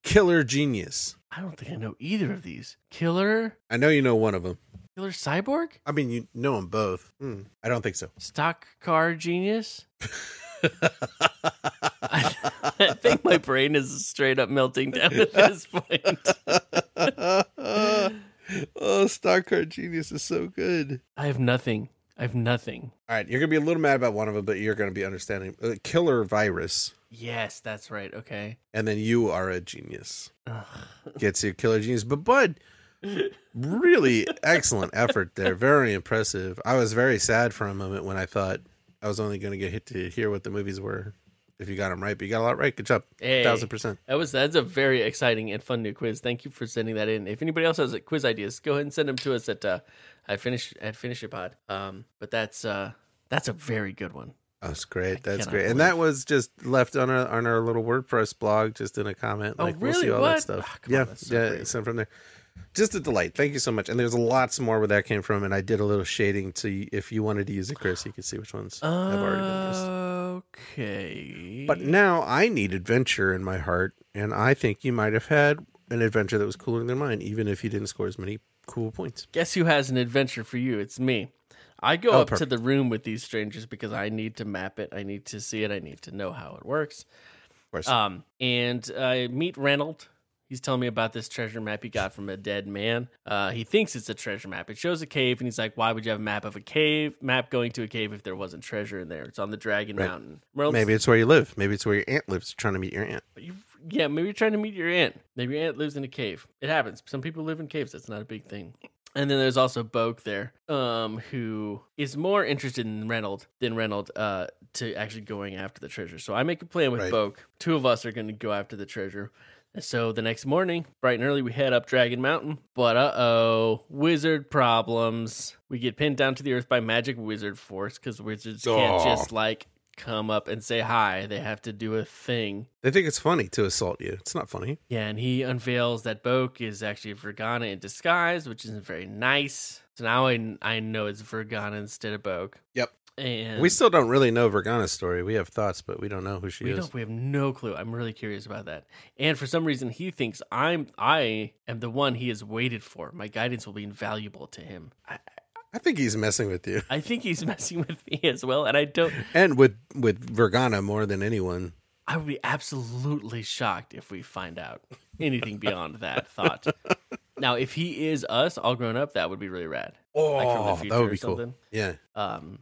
Killer Genius.
I don't think I know either of these. Killer
I know you know one of them.
Killer Cyborg?
I mean, you know them both. Hmm, I don't think so.
Stock car genius? I, I think my brain is straight up melting down at this point.
[LAUGHS] oh, Stock Car Genius is so good.
I have nothing. I have nothing.
All right, you're gonna be a little mad about one of them, but you're gonna be understanding. Uh, Killer Virus,
Yes, that's right. Okay.
and then you are a genius.
Ugh.
Gets you Killer Genius, but Bud. really excellent effort there. Very impressive. I was very sad for a moment when I thought I was only going to get hit to hear what the movies were. If you got them right, but you got a lot right. Good job,
Hey.
thousand percent.
That was that's a very exciting and fun new quiz. Thank you for sending that in. If anybody else has uh, quiz ideas, go ahead and send them to us at uh, at finish at finish it pod. Um, but that's uh that's a very good one.
That's great. That's
cannot
great. And that was just left on our on our little WordPress blog, just in a comment.
Oh,
Like we'll
really?
see all that
What?
stuff.
Ah, come on,
yeah,
that's so
yeah.
great.
Sent from there. Just a delight. Thank you so much. And there's lots more where that came from. And I did a little shading to y- if you wanted to use it, Chris, you could see which ones have already been used.
Oh, Okay.
But now I need adventure in my heart, and I think you might have had an adventure that was cooler than mine, even if you didn't score as many cool points.
Guess who has an adventure for you? It's me. I go
Oh,
up
perfect.
to the room with these strangers because I need to map it. I need to see it. I need to know how it works.
Of course.
Um, and I meet Reynold. He's telling me about this treasure map he got from a dead man. Uh, he thinks it's a treasure map. It shows a cave, and he's like, "Why would you have a map of a cave? Map going to a cave if there wasn't treasure in there? It's on the Dragon
Right.
Mountain." Reynold's-
Maybe it's where you live. Maybe it's where your aunt lives, trying to meet your aunt.
you, yeah, maybe you're trying to meet your aunt. Maybe your aunt lives in a cave. It happens. Some people live in caves. That's not a big thing. And then there's also Boke there, um, who is more interested in Reynold than Reynold uh, to actually going after the treasure. So I make a plan with
Right.
Boke. Two of us are going to go after the treasure. And so the next morning, bright and early, we head up Dragon Mountain. But uh oh, wizard problems. We get pinned down to the earth by magic wizard force because wizards can't
Aw.
just like come up and say hi. They have to do a thing.
They think it's funny to assault you. It's not funny.
Yeah, and he unveils that Boke is actually Vergana in disguise, which isn't very nice. So now I, I know it's Vergana instead of Boke.
Yep.
And
We still don't really know Vergana's story. We have thoughts, but we don't know who she
we
is.
don't we have no clue. I'm really curious about that. And for some reason he thinks I'm I am the one he has waited for. My guidance will be invaluable to him. I,
I think he's messing with you
I think he's [LAUGHS] messing with me as well, and I don't
and with with Vergana more than anyone.
I would be absolutely shocked if we find out anything beyond that
[LAUGHS]
thought. Now, if he is us all grown up, that would be really rad.
Oh,
from the
that
future
would
or
be cool.
something.
Yeah.
Um.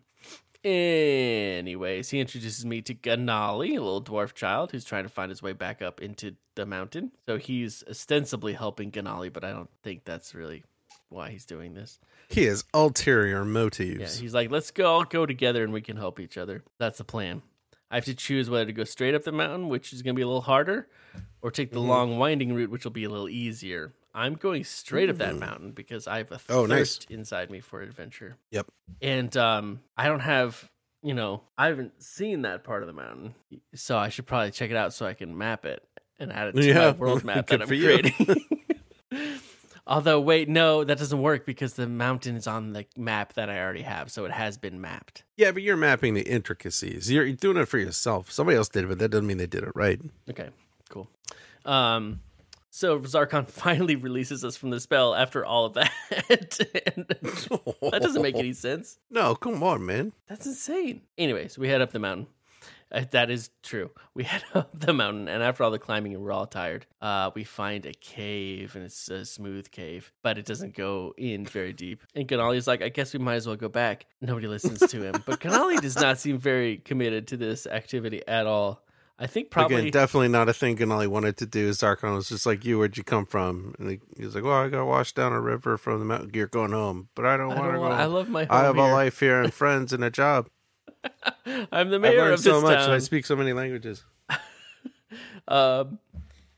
Anyways, he introduces me to Ganali, a little dwarf child who's trying to find his way back up into the mountain. So he's ostensibly helping Ganali, but I don't think that's really why he's doing this.
He has ulterior
Yeah,
motives.
he's like, let's go all go together and we can help each other. That's the plan. I have to choose whether to go straight up the mountain, which is going to be a little harder, or take the
Mm-hmm.
long winding route, which will be a little easier. I'm going straight up that mountain because I have a
Mm-hmm. Oh, nice.
thirst inside me for adventure.
Yep.
And um, I don't have, you know, I haven't seen that part of the mountain, so I should probably check it out so I can map it and add it to
Yeah. [LAUGHS]
my world map
Good
that I'm
for you.
creating.
[LAUGHS]
[LAUGHS] Although, wait, no, that doesn't work because the mountain is on the map that I already have, so it has been mapped.
Yeah, but you're mapping the intricacies. You're, you're doing it for yourself. Somebody else did it, but that doesn't mean they did it right.
Okay, cool. Um, so Zarkon [LAUGHS] finally releases us from the spell after all of that. [LAUGHS]
[LAUGHS]
And that doesn't make any sense.
No, come on, man.
That's insane. Anyways, we head up the mountain. Uh, that is true. We [LAUGHS] head up the mountain, and after all the climbing, and we're all tired. Uh, we find a cave, and it's a smooth cave, but it doesn't go in very deep. And Ganali's like, I guess we might as well go back. Nobody listens to him, but Ganali does not seem very committed to this activity at all. I think probably
Again, definitely not a thing Ganali wanted to do. Zarkon was just like, "You, where'd you come from?" And he, he was like, "Well, I got washed down a river from the mountain. You're going home, but I don't
I,
want to
don't
go.
want, I
home.
love my.
I have
home
a
here.
life here
[LAUGHS]
and friends and a job.
I'm the
I've
mayor
learned
of this
so much.
town.
And I speak so many languages.
Um,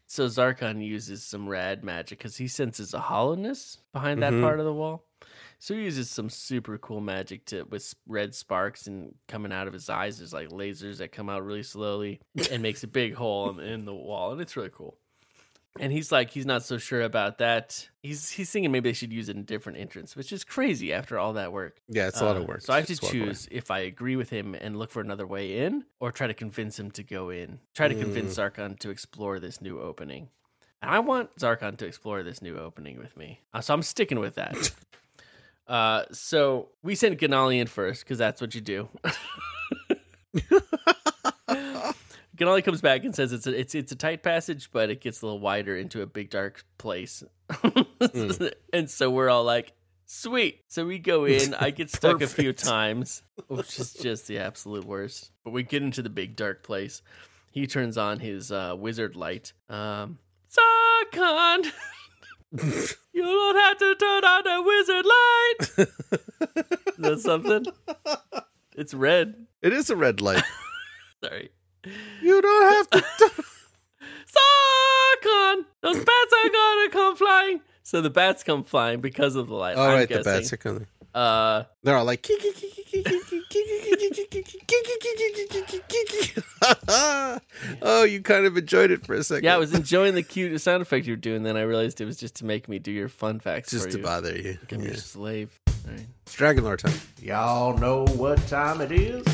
so Zarkon uses some rad magic because he senses a hollowness behind that
Mhm.
part of the wall. So he uses some super cool magic to with s- red sparks and coming out of his eyes. There's like lasers that come out really slowly and makes a big hole in, in the wall, and it's really cool. And he's like, he's not so sure about that. He's he's thinking maybe they should use it in a different entrance, which is crazy after all that work.
Yeah, it's a lot of
Uh,
work.
So I have to
It's a lot of work.
choose if I agree with him and look for another way in, or try to convince him to go in. Try to convince
Mm.
Zarkon to explore this new opening. And I want Zarkon to explore this new opening with me. Uh, So I'm sticking with that.
[LAUGHS]
uh, so we send Ganali in first because that's what you do. Ganali comes back and says it's a, it's it's a tight passage, but it gets a little wider into a big dark place. [LAUGHS] and so we're all like, sweet. So we go in. I get stuck a few times, which is just the absolute worst. But we get into the big dark place. He turns on his uh, wizard light. Um, Sarkon, [LAUGHS] you don't have to turn on the wizard light. is that something? It's red.
It is a red light.
Sorry.
you don't have to.
Sarkon! Those bats are gonna come flying! So the bats come flying because of the light.
All
I'm
right, the
guessing.
bats are coming.
Uh,
They're all like. oh, you kind of enjoyed it for a second.
yeah, I was enjoying the cute sound effect you were doing, then I realized it was just to make me do your fun facts.
just
for
to
you.
bother you.
I'm
Yeah.
your slave. All right.
It's Dragon Lore time.
Y'all know what time it is?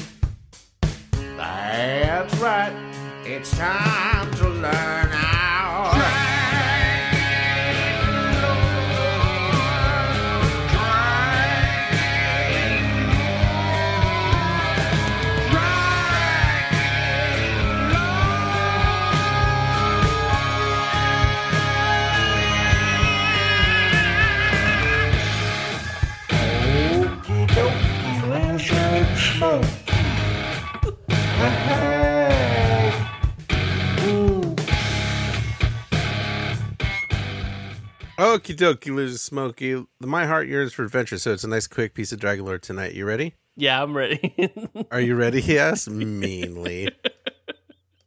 That's right. It's time to learn our
Okie dokie, loses Smokey. The My Heart Yearns for Adventure. So it's a nice quick piece of Dragon Lore tonight. You ready?
Yeah, I'm ready. [LAUGHS]
Are you ready? He asked meanly.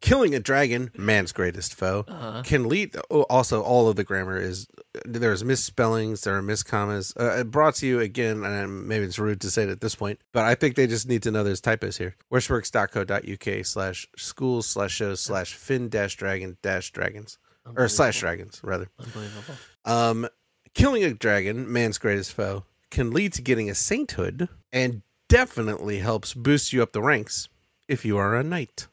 Killing a dragon, man's greatest foe, can lead. oh, Also, all of the grammar is there's misspellings, there are miscommas. Uh, it brought to you again, and maybe it's rude to say it at this point, but I think they just need to know there's typos here. Worstworks.co.uk slash schools slash shows slash fin dash dragon dash dragons or slash dragons rather.
Unbelievable.
Um, killing a dragon, man's greatest foe, can lead to getting a sainthood and definitely helps boost you up the ranks if you are a knight.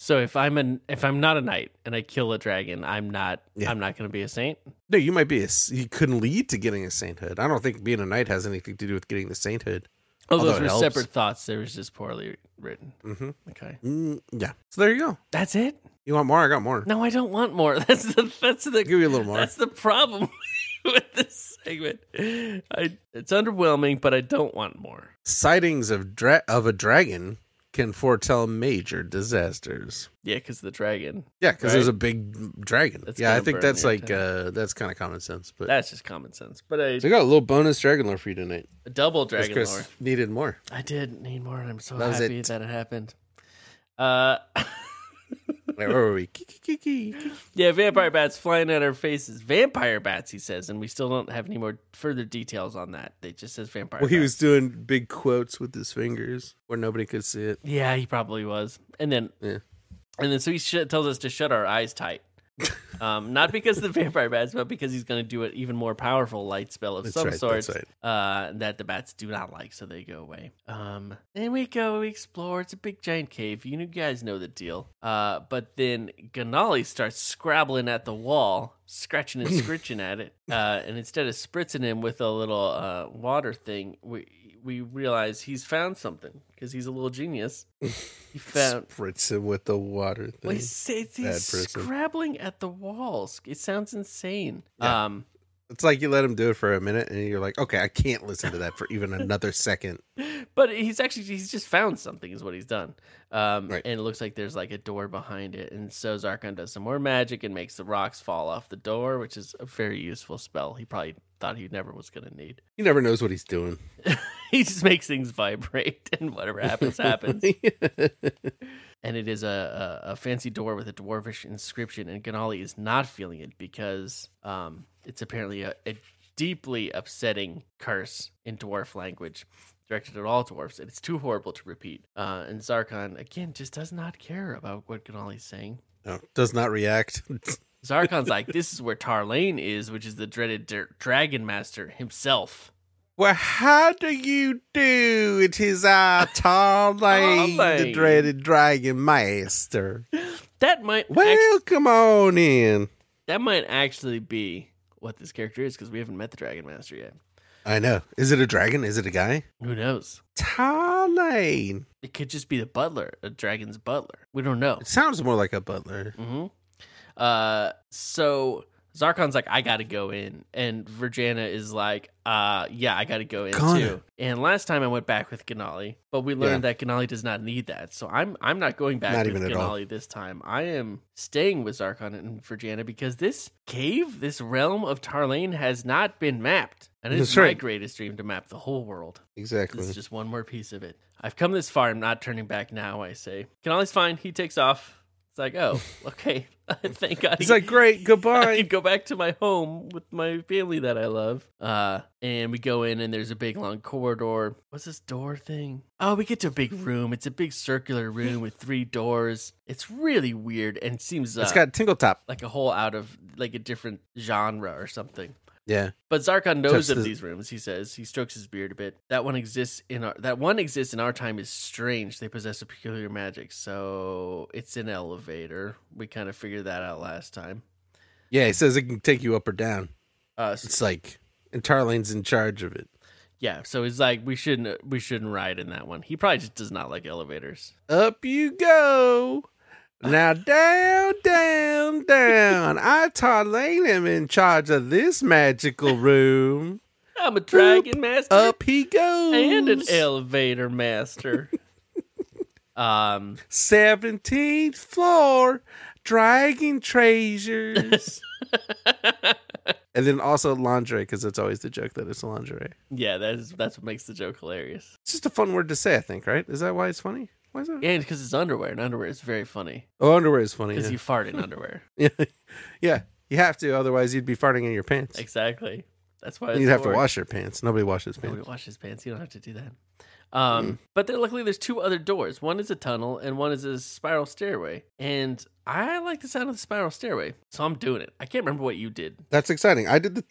So if I'm an if I'm not a knight and I kill a dragon, I'm not
Yeah.
I'm not going to be a saint.
No, you might be a, s- you couldn't lead to getting a sainthood. I don't think being a knight has anything to do with getting the sainthood.
Oh,
Although
those
it
were
helps.
separate thoughts. They were just poorly written.
Mhm.
Okay,
Mm, yeah. So there you go.
that's it.
You want more? I got more.
No, I don't want more. [LAUGHS] That's the that's the
Give you a little more.
That's the problem [LAUGHS] with this segment. I it's underwhelming, but I don't want more.
Sightings of dra- of a dragon can foretell major disasters.
Yeah, because the dragon.
Yeah, because
Right.
there's a big dragon.
That's
yeah, I
gonna
think
burn
that's
your
like
town.
uh, that's kind of common sense. But
That's just common sense. But I,
so I got a little bonus dragon lore for you tonight.
a double
Because
dragon
Chris
lore.
needed more.
I did need more, and I'm so
That was
happy
it.
that it happened. Uh, [LAUGHS]
Where were we? Kiki-kiki.
yeah, vampire bats flying at our faces. Vampire bats, he says, and we still don't have any more further details on that. They just says vampire.
Well, he
bats.
was doing big quotes with his fingers where nobody could see it.
Yeah, he probably was. And then,
Yeah.
and then, so he sh- tells us to shut our
[LAUGHS]
eyes tight. um, not because of the vampire bats, but because he's going to do an even more powerful light spell of
That's
some
right,
sort
that's
uh, that the bats do not like, so they go away. Um, then we go, we explore. It's a big giant cave. You guys know the deal. Uh, but then Ganali starts scrabbling at the wall, scratching
[LAUGHS]
and scritching at it. Uh, and instead of spritzing him with a little uh, water thing, we we realize he's found something because he's a little genius.
[LAUGHS]
He found
Spritz him with the water
well,
thing.
he's, it's-
bad
he's
person.
scrabbling at the walls. It sounds insane.
Yeah.
Um,
It's like you let him do it for a minute and you're like, okay, I can't listen to that for even another second.
but he's actually he's just found something is what he's done. Um,
Right.
And it looks like there's like a door behind it, and so Zarkon does some more magic and makes the rocks fall off the door, which is a very useful spell. He probably thought he never was going to need. [LAUGHS]
He never knows what he's doing.
he just makes things vibrate, [LAUGHS] and whatever happens happens. and it is a, a, a fancy door with a dwarvish inscription and ganali is not feeling it because um, it's apparently a, a deeply upsetting curse in dwarf language directed at all dwarfs and it's too horrible to repeat uh, and zarkon again just does not care about what ganali's saying
[LAUGHS] No, does not react. [LAUGHS]
zarkon's like this is where tarlane is which is the dreaded dir- dragon master himself
well, how do you do? It is our Tarlane, the
Tarlane.
dreaded dragon master.
that might act-
Well, come on in.
that might actually be what this character is because we haven't met the dragon master yet
I know. Is it a dragon? Is it a guy?
who knows
Tarlane.
It could just be the butler, a dragon's butler. We don't know.
It sounds more like a butler.
hmm Uh, so Zarkon's like, I gotta go in, and Virgana is like, uh, yeah, I gotta go in
Connor.
too. And last time I went back with Ganali, but we learned that Ganali does not need that. So I'm I'm not going back
Not
with
even at all.
Ganali this time. I am staying with Zarkon and Virgana because this cave, this realm of Tarlane, has not been mapped, and it's
That's
my
right.
greatest dream to map the whole world.
Exactly.
This is just one more piece of it. I've come this far. I'm not turning back now. I say, Canale's fine. He takes off. It's
[LAUGHS]
like, oh, okay. [LAUGHS] Thank God.
He's
he-
like,
[LAUGHS]
great,
I
goodbye.
can go back to my home with my family that I love. Uh, and we go in, and there's a big long corridor. What's this door thing? Oh, we get to a big room. It's a big circular room with three doors. It's really weird and seems uh,
it's got tingle top.
like a whole out of like a different genre or something.
Yeah.
But Zarkon knows
Touch
of
the-
these rooms. He says he strokes his beard a bit. That one exists in our that one exists in our time is strange. They possess a peculiar magic, so it's an elevator. We kind of figured that out last time.
Yeah, he says it can take you up or down.
Uh, s-
It's like, and Tarlane's in charge of it.
yeah, so he's like, we shouldn't we shouldn't ride in that one. He probably just does not like elevators.
Up you go. Now down, down, down. I, Tarlane, am in charge of this magical room.
I'm a dragon master
Up he goes.
and an elevator master. [LAUGHS] um,
17th floor, dragon
[LAUGHS]
treasures. and then also lingerie, because that's always the joke that it's lingerie.
yeah, that's that's what makes the joke hilarious.
It's just a fun word to say, I think, right? Is that why it's funny? Why is that?
And because it's underwear, and underwear is very funny
Oh, underwear is funny.
because
Yeah.
you fart in underwear.
[LAUGHS] yeah. you have to, otherwise you'd be farting in your pants.
Exactly. That's why
And
it's
You'd have to
work.
wash your pants. Nobody washes
Nobody
pants. Mm.
washes pants. You don't have to do that. Um, But then luckily, there's two other doors. One is a tunnel, and one is a spiral stairway. And I like the sound of the spiral stairway, so I'm doing it. I can't remember what you did.
That's exciting. I did the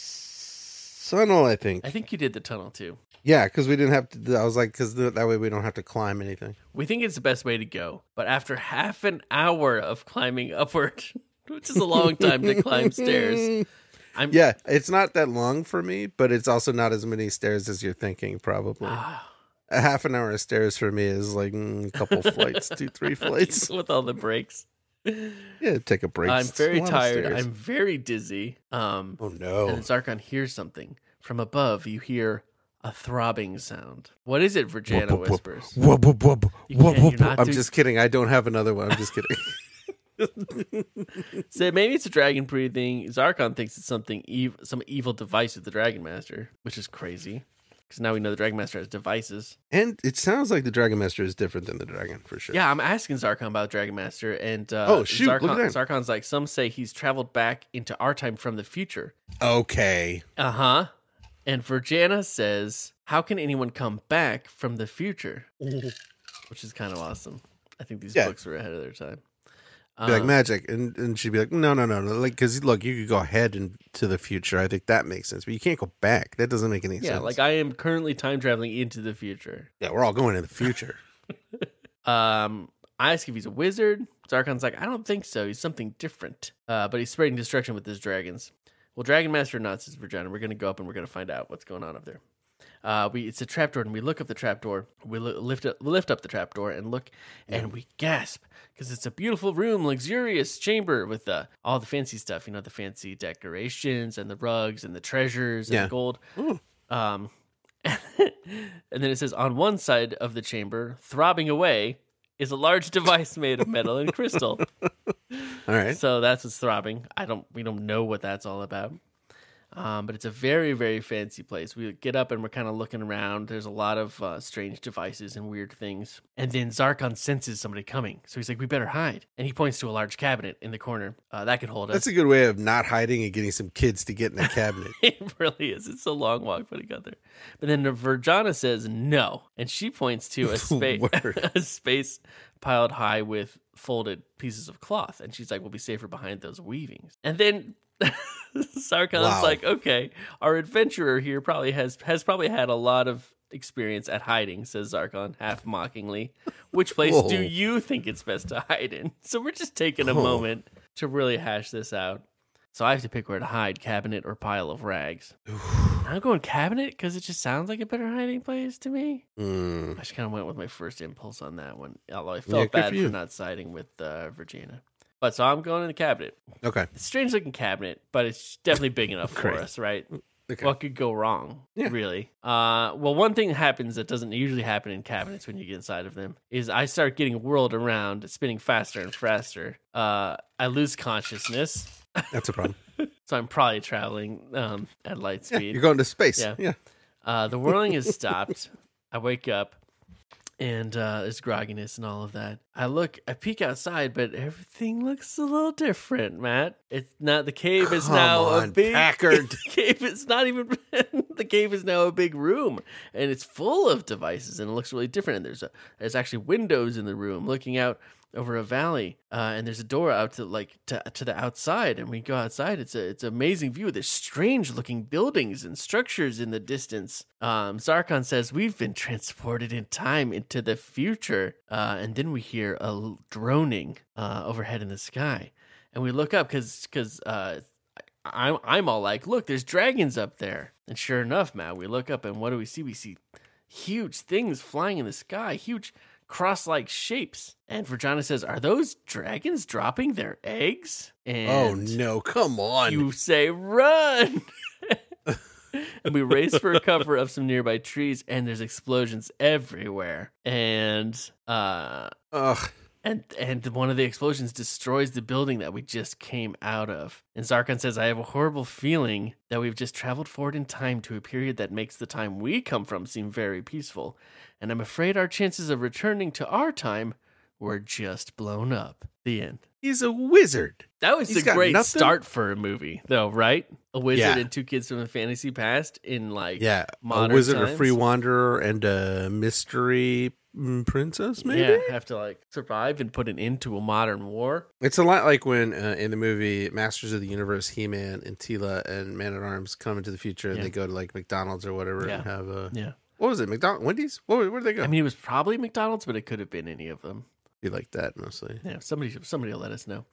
s- tunnel, I think.
I think you did the tunnel too.
Yeah, because we didn't have to. I was like, because that way we don't have to climb anything.
We think it's the best way to go, but after half an hour of climbing upward, [LAUGHS] which is a long time to
[LAUGHS]
climb stairs, I'm
Mm. Yeah, it's not that long for me, but it's also not as many stairs as you're thinking, probably.
Ah.
a half an hour of stairs for me is like mm, a
[LAUGHS]
couple flights, two, three flights.
with all the breaks.
Yeah, take a break.
I'm
It's a
very
lot of
tired.
stairs.
I'm very dizzy. Um,
Oh no!
and Zarkon hears something. From above, you hear a throbbing sound. What is it, Virginia
Whoop, whoop, whoop.
whispers?
Whoop, whoop, whoop,
You
whoop,
can't-
whoop,
you're not
whoop. I'm
too-
just kidding. I don't have another one. I'm just kidding. [LAUGHS]
So maybe it's a dragon breathing. Zarkon thinks it's something ev- some evil device of the Dragon Master, which is crazy. Because now we know the Dragon Master has devices.
And it sounds like the Dragon Master is different than the dragon for sure.
Yeah, I'm asking Zarkon about Dragon Master, and uh,
Oh, shoot, look
Zarkon-
at that.
Zarkon's like, some say he's traveled back into our time from the future.
Okay.
Uh huh. And Virjana says, "How can anyone come back from
[LAUGHS]
the future?" Which is kind of awesome. I think these
Yeah.
books were ahead of their time.
Be like
Um,
magic, and and she'd be like, no, no, no, no, like because look, you could go ahead and to the future. I think that makes sense, but you can't go back. That doesn't make any
yeah,
sense.
like I am currently time traveling into the future.
yeah, we're all going to the
[LAUGHS]
future.
Um, I ask if he's a wizard. Zarkon's like, I don't think so. He's something different. Uh, but he's spreading destruction with his dragons. Well, Dragon Master nods says Virginia. We're gonna go up and we're gonna find out what's going on up there. Uh, we it's a trapdoor, and we look up the trapdoor. We lo- lift up, lift up the trapdoor and look, and we gasp because it's a beautiful room, luxurious chamber with uh, all the fancy stuff. You know, the fancy decorations and the rugs and the treasures and
Yeah.
the gold. Um, [LAUGHS] and then it says on one side of the chamber, throbbing away, is a large [LAUGHS] device made of metal and crystal.
All right.
So that's what's throbbing. I don't we don't know what that's all about. Um, but it's a very very fancy place. We get up and we're kind of looking around. There's a lot of uh, strange devices and weird things. And then Zarkon senses somebody coming, so he's like, "We better hide." And he points to a large cabinet in the corner uh, that could hold us.
That's a good way of not hiding and getting some kids to get in a
[LAUGHS]
cabinet.
it really is. It's a long walk, but it got there. But then Virjana says no, and she
[LAUGHS]
points to a space,
Word.
[LAUGHS] a space piled high with folded pieces of cloth, and she's like, "We'll be safer behind those weavings." And then [LAUGHS] Sarkon's
Wow.
like, "Okay, our adventurer here probably has has probably had a lot of." Experience at hiding, says Zarkon, half mockingly. Which place do
Whoa.
you think it's best to hide in? [LAUGHS] So we're just taking a
Huh.
moment to really hash this out. So I have to pick where to hide cabinet or pile of rags.
[SIGHS]
I'm going cabinet because it just sounds like a better hiding place to me.
Mm.
I just kind of went with my first impulse on that one, although I
Yeah, good
felt bad
for
for
you.
not siding with uh, Virginia. But so I'm going in the cabinet.
Okay.
It's a strange looking cabinet, but it's definitely
[LAUGHS]
big enough for
Great.
us, right?
Okay.
What could go wrong,
Yeah.
really? Uh, well, one thing happens that doesn't usually happen in cabinets when you get inside of them is I start getting whirled around, spinning faster and faster. Uh, I lose consciousness,
That's a
[LAUGHS]
problem.
so I'm probably traveling um, at light
[LAUGHS] Yeah,
speed.
you're going to space.
Yeah.
Yeah.
Uh, the whirling is stopped. I wake up and uh, there's grogginess and all of that. I look, I peek outside, but everything looks a little different, Matt. It's not the cave is
Come
now a
on,
big
Packard.
the [LAUGHS] cave is not even [LAUGHS] the cave is now a big room and it's full of devices and it looks really different. And there's a, there's actually windows in the room looking out over a valley uh, and there's a door out to like to, to the outside and we go outside it's a it's an amazing view there's strange looking buildings and structures in the distance um zarkon says we've been transported in time into the future uh, and then we hear a l- droning uh, overhead in the sky and we look up because because uh I- I'm I'm all like, look, there's dragons up there, and sure enough, Matt, we look up and what do we see? We see huge things flying in the sky, huge cross-like shapes. And Virginia says, "Are those dragons dropping their eggs?"
Oh
And
no! Come on.
you say, "Run!" [LAUGHS] and we race for cover of some nearby trees, and there's explosions everywhere. And uh,
Ugh.
and and one of the explosions destroys the building that we just came out of. And Zarkon says, "I have a horrible feeling that we've just traveled forward in time to a period that makes the time we come from seem very peaceful, and I'm afraid our chances of returning to our time were just blown up." The end.
He's a wizard.
That was
He's
a
got
great
nothing?
start for a movie, though, right? A wizard
Yeah.
and two kids from a fantasy past in like
Yeah,
modern
a wizard,
times.
a free wanderer, and a mystery mm, princess. Maybe
Yeah, have to like survive and put an end to a modern war.
it's a lot like when uh, in the movie Masters of the Universe, He Man and Tila and Man at Arms come into the future and
Yeah.
they go to like McDonald's or whatever
Yeah.
and have a
Yeah.
what was it McDonald Wendy's? What, where did they go?
I mean, it was probably McDonald's, but it could have been any of them.
Be like that mostly.
Yeah, somebody somebody will let us know.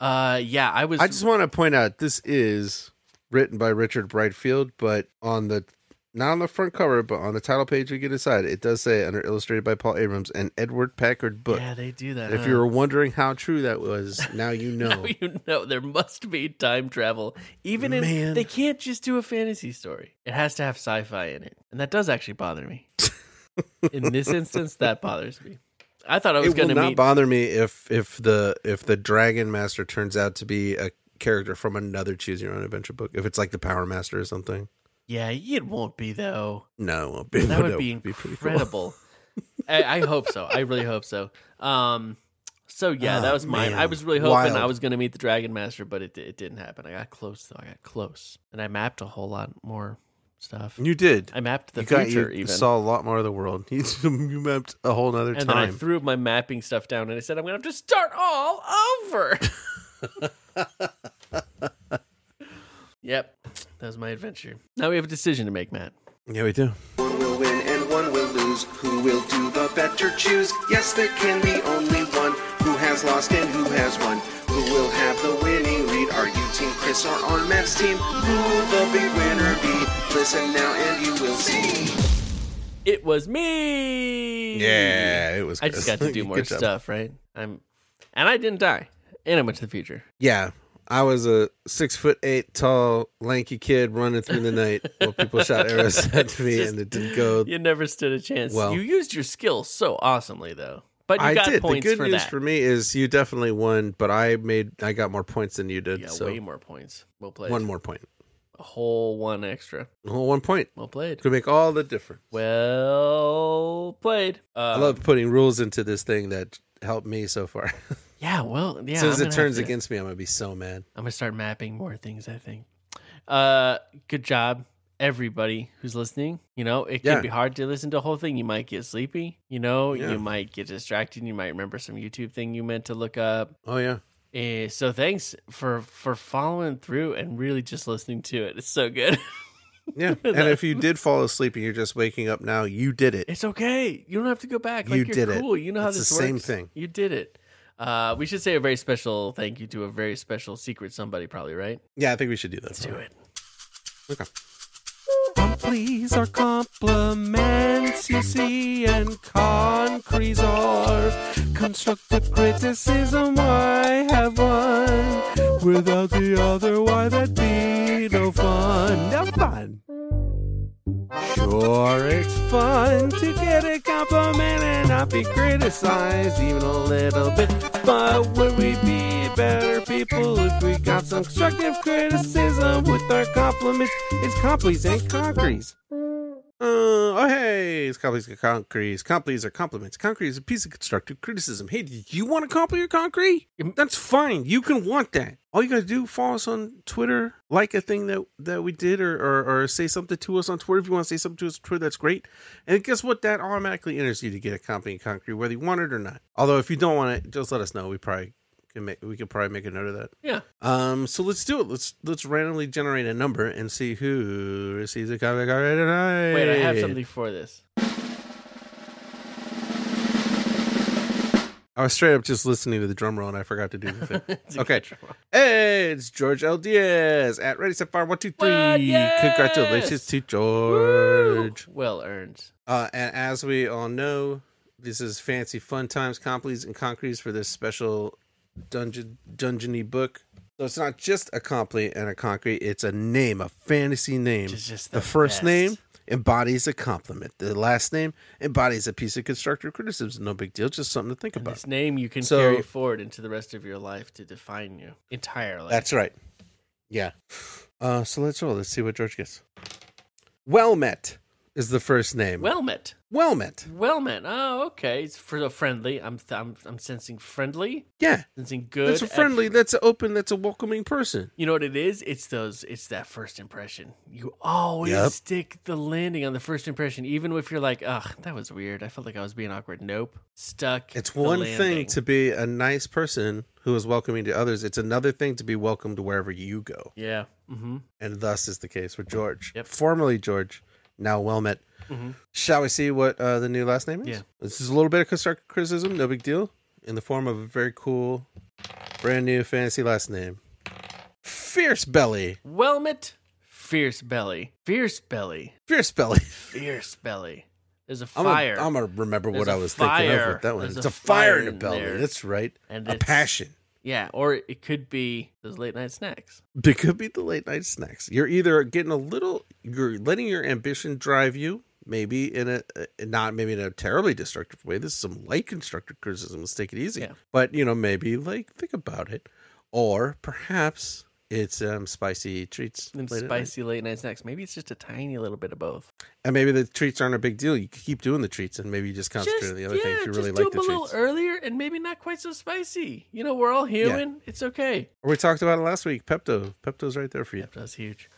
Uh, yeah, I was.
I just want to point out this is written by Richard Brightfield, but on the not on the front cover, but on the title page we get inside, it does say under illustrated by Paul Abrams and Edward Packard book.
yeah, they do that.
And if
huh? [LAUGHS]
you were wondering how true that was, now you know.
Uh-huh. you know, there must be time travel. Even in
Man.
they can't just do a fantasy story. It has to have sci-fi in it, and that does actually
[LAUGHS]
bother me. in this instance, that bothers me. I thought I was
it
going
will
to
not
meet.
bother me if if the if the Dragon Master turns out to be a character from another Choose Your Own Adventure book. If it's like the Power Master or something,
Yeah, it won't be though.
No, it won't be,
That
but
would
it
be
pretty
incredible. I, I hope so. I really hope so. Um, so yeah, that
Oh,
was mine. I
man.
was really hoping I
Wild.
was going to meet the Dragon Master, but it it didn't happen. I got close though. I got close, and I mapped a whole lot more stuff.
cool. You did.
I mapped the
you got
future
you
even.
saw a lot more of the world. [LAUGHS] You, you mapped a whole other
and then I
time.
threw my mapping stuff down and I said, I'm going to have to start all
[LAUGHS]
over. yep. That was my adventure. Now we have a decision to make, Matt.
yeah, we do.
One will win and one will lose. Who will do the better choose? Yes, there can be only one. Who has lost and who has won? Who will have the winning lead? Are you Team Chris or on Matt's team? Who will the big winner be? Listen now and you will see.
It was me.
Yeah, it was.
I just
[LAUGHS]
got
good.
to do
Good
more
job.
stuff, right? I'm, and I didn't die. And I went to the future.
Yeah, I was a six foot eight tall lanky kid running through the night while people
[LAUGHS]
shot arrows at me,
Just-
and it didn't go.
You never stood a chance.
Well-
you used your skill so awesomely, though. But you
I
got
did. The
points
good
for
news
that.
for me is you definitely won, but I made I got more points than you did.
yeah,
so
way more points. Well played.
one more point.
A whole one extra.
Well, one point
Well played.
could make all the difference.
Well played. Uh,
I love putting rules into this thing that helped me so far. [LAUGHS]
Yeah, well, yeah.
as soon as
I'm
it
gonna
turns
have to-
against me, I'm gonna be so mad.
I'm gonna start mapping more things. I think. Uh, good job, everybody who's listening. You know, it can
Yeah.
be hard to listen to a whole thing. You might get sleepy. You know,
Yeah.
you might get distracted. You might remember some YouTube thing you meant to look up.
Oh yeah,
Eh, so thanks for for following through and really just listening to it. It's so good. [LAUGHS]
yeah. and if you did fall asleep and you're just waking up now, you did it.
It's okay. You don't have to go back. Like
You
you are
did it.
cool. You know how
It's
this
the same
works.
thing.
You did it. Uh, we should say a very special thank you to a very special secret somebody, probably, right?
Yeah, I think we should do that.
Let's do it.
Okay.
Please are compliments, you see, and concretes are constructive criticism. Why have one without the other? Why that'd be no fun? No fun. Sure, it's fun to get a compliment and not be criticized even a little bit. But would we be better people if we got some constructive criticism with our compliments? It's complies and concretes.
Uh, oh hey, it's compliments and concretes. Compliments are compliments. Concrete is a piece of constructive criticism. Hey, do you want to compliment your concrete? That's fine. You can want that. All you gotta do, follow us on Twitter, like a thing that that we did, or or, or say something to us on Twitter. If you want to say something to us on Twitter, that's great. And guess what? That automatically enters you to get a compliment and concrete, whether you want it or not. Although if you don't want it, just let us know. We probably can make we could probably make a note of that.
Yeah.
Um, so let's do it. Let's let's randomly generate a number and see who receives a comic card tonight.
Wait, I have something for this.
I was straight up just listening to the drum roll and I forgot to do the thing.
[LAUGHS] It's a
Okay.
good one.
hey, it's George L. Diaz at Ready Set Fire One Two Three.
What? Yes!
Congratulations to George.
Well earned.
Uh, and as we all know, this is Fancy Fun Times Complies and Concretes for this special dungeon dungeony book. So it's not just a comply and a concrete; it's a name, a fantasy name.
is just the
first
best.
name embodies a compliment. The last name embodies a piece of constructive criticism. No big deal, just something to think about.
This name you can
So-
carry forward into the rest of your life to define you entirely.
That's right. Yeah. Uh, so let's roll. Let's see what George gets. Well met is the first name.
well met.
well met.
Well met. Oh, okay. It's for the friendly. I'm I'm I'm sensing friendly.
Yeah.
Sensing good.
That's a friendly.
effort.
That's an open. That's a welcoming person.
You know what it is? It's those. It's that first impression. You always
Yep.
stick the landing on the first impression, even if you're like, "Ugh, that was weird. I felt like I was being awkward." Nope. Stuck.
It's
the
one
landing.
thing to be a nice person who is welcoming to others. It's another thing to be welcomed wherever you go.
Yeah. Mm-hmm.
And thus is the case with George.
Yep.
Formerly George, now well met.
Mhm.
Shall we see what uh, the new last name is?
Yeah.
This is a little bit of constructive criticism, no big deal, in the form of a very cool, brand new fantasy last name. Fierce Belly.
Well met. Fierce belly. Fierce belly.
Fierce Belly. [LAUGHS]
Fierce belly. There's a
I'm
fire.
Gonna, I'm gonna remember what
There's
I
a
was thinking of
fire.
with that one.
There's
it's
a
a fire
fire
in the
in
belly.
there.
That's right.
And
a
it's-
passion.
Yeah, or it could be those late night snacks.
It could be the late night snacks. You're either getting a little, you're letting your ambition drive you, maybe in a, a- not maybe in a terribly destructive way. This is some light constructive criticism. Let's take it easy.
Yeah.
But you know, maybe like think about it, or perhaps It's um, spicy treats.
Them
late at night.
spicy late night snacks. Maybe it's just a tiny little bit of both.
And maybe the treats aren't a big deal. You could keep doing the treats and maybe you just concentrate
Just,
on the other
yeah,
things. You
just
really
do
like the
them a little
treats.
earlier and maybe not quite so spicy. You know, we're all human. It's okay.
we talked about it last week. Pepto. Pepto's right there for you.
That was huge.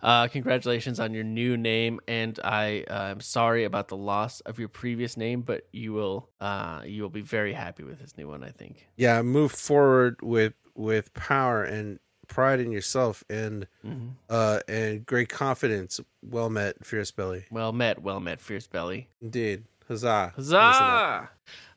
Uh, congratulations on your new name, and I uh, am sorry about the loss of your previous name, but you will uh, you will be very happy with this new one. I think.
Yeah, move forward with with power and pride in yourself and
Mm-hmm.
uh and great confidence. Well met, fierce belly.
Well met, well met, fierce belly.
Indeed. Huzzah.
Huzzah!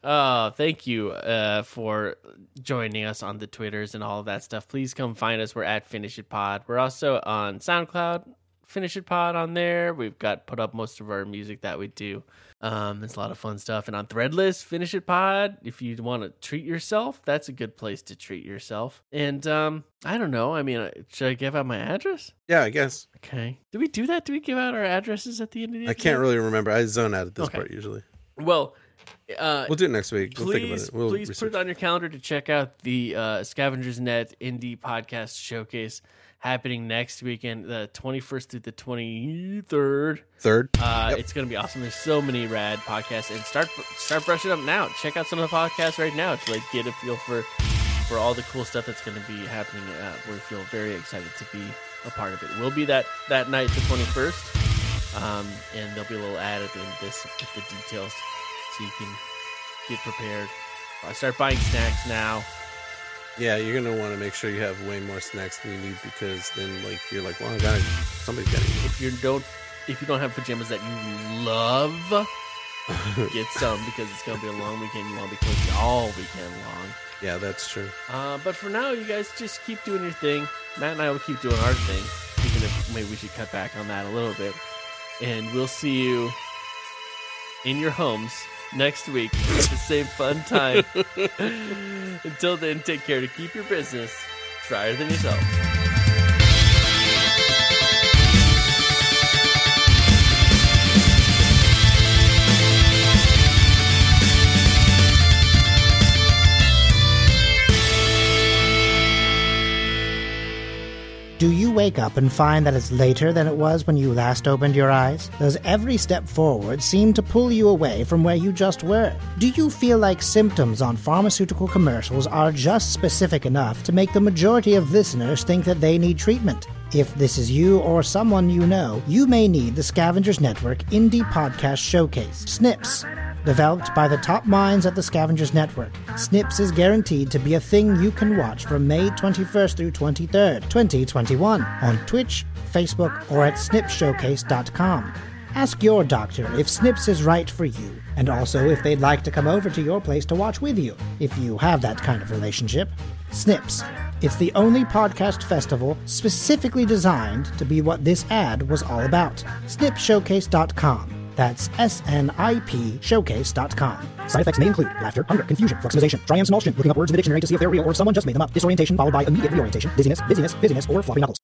Oh, thank you uh, for joining us on the Twitters and all of that stuff. Please come find us. We're at Finish It Pod. We're also on SoundCloud, Finish It Pod on there. We've got put up most of our music that we do. Um, there's a lot of fun stuff. And on Threadless, Finish It Pod, if you want to treat yourself, that's a good place to treat yourself. And um, I don't know. I mean, uh, should I give out my address?
Yeah, I guess.
Okay. Do we do that? Do we give out our addresses at the end of the
I can't really remember. I zone out at this
Okay.
part usually.
Well, uh,
We'll do it next week. we'll think about
please,
it. We'll
please
research.
put it on your calendar to check out the uh, Scavengers Net Indie Podcast Showcase happening next weekend, the 21st through the 23rd.
Third.
Uh, It's going to be awesome. There's so many rad podcasts, and start start brushing up now. Check out some of the podcasts right now to like get a feel for for all the cool stuff that's going to be happening. Uh, we feel very excited to be a part of it. We'll be that that night, the 21st, um, and there'll be a little ad at the end of this with the details, so you can get prepared. Uh, start buying snacks now.
Yeah, you're gonna want to make sure you have way more snacks than you need because then, like, you're like, well, I gotta, somebody's gotta eat.
If you don't if you don't have pajamas that you love, get some because it's going to be a long weekend. You want to be cozy all weekend long.
Yeah, that's true.
Uh, but for now, you guys just keep doing your thing. Matt and I will keep doing our thing, even if maybe we should cut back on that a little bit. And we'll see you in your homes next week at the same fun time. Until then, take care to keep your business drier than yourself.
Do you wake up and find that it's later than it was when you last opened your eyes? Does every step forward seem to pull you away from where you just were? Do you feel like symptoms on pharmaceutical commercials are just specific enough to make the majority of listeners think that they need treatment? If this is you or someone you know, you may need the Scavengers Network Indie Podcast Showcase, SNIPS. Developed by the top minds at the Scavengers Network, Snips is guaranteed to be a thing you can watch from May 21st through 23rd, 2021, on Twitch, Facebook, or at snipshowcase.com. Ask your doctor if Snips is right for you, and also if they'd like to come over to your place to watch with you, if you have that kind of relationship. Snips. It's the only podcast festival specifically designed to be what this ad was all about. Snipshowcase.com. That's S-N-I-P showcase.com. Side effects may include laughter, hunger, confusion, fluximization, triumphs, and naustion, looking up words in the dictionary to see if they're real or someone just made them up, disorientation followed by immediate reorientation, dizziness, busyness, busyness, or floppy knuckles.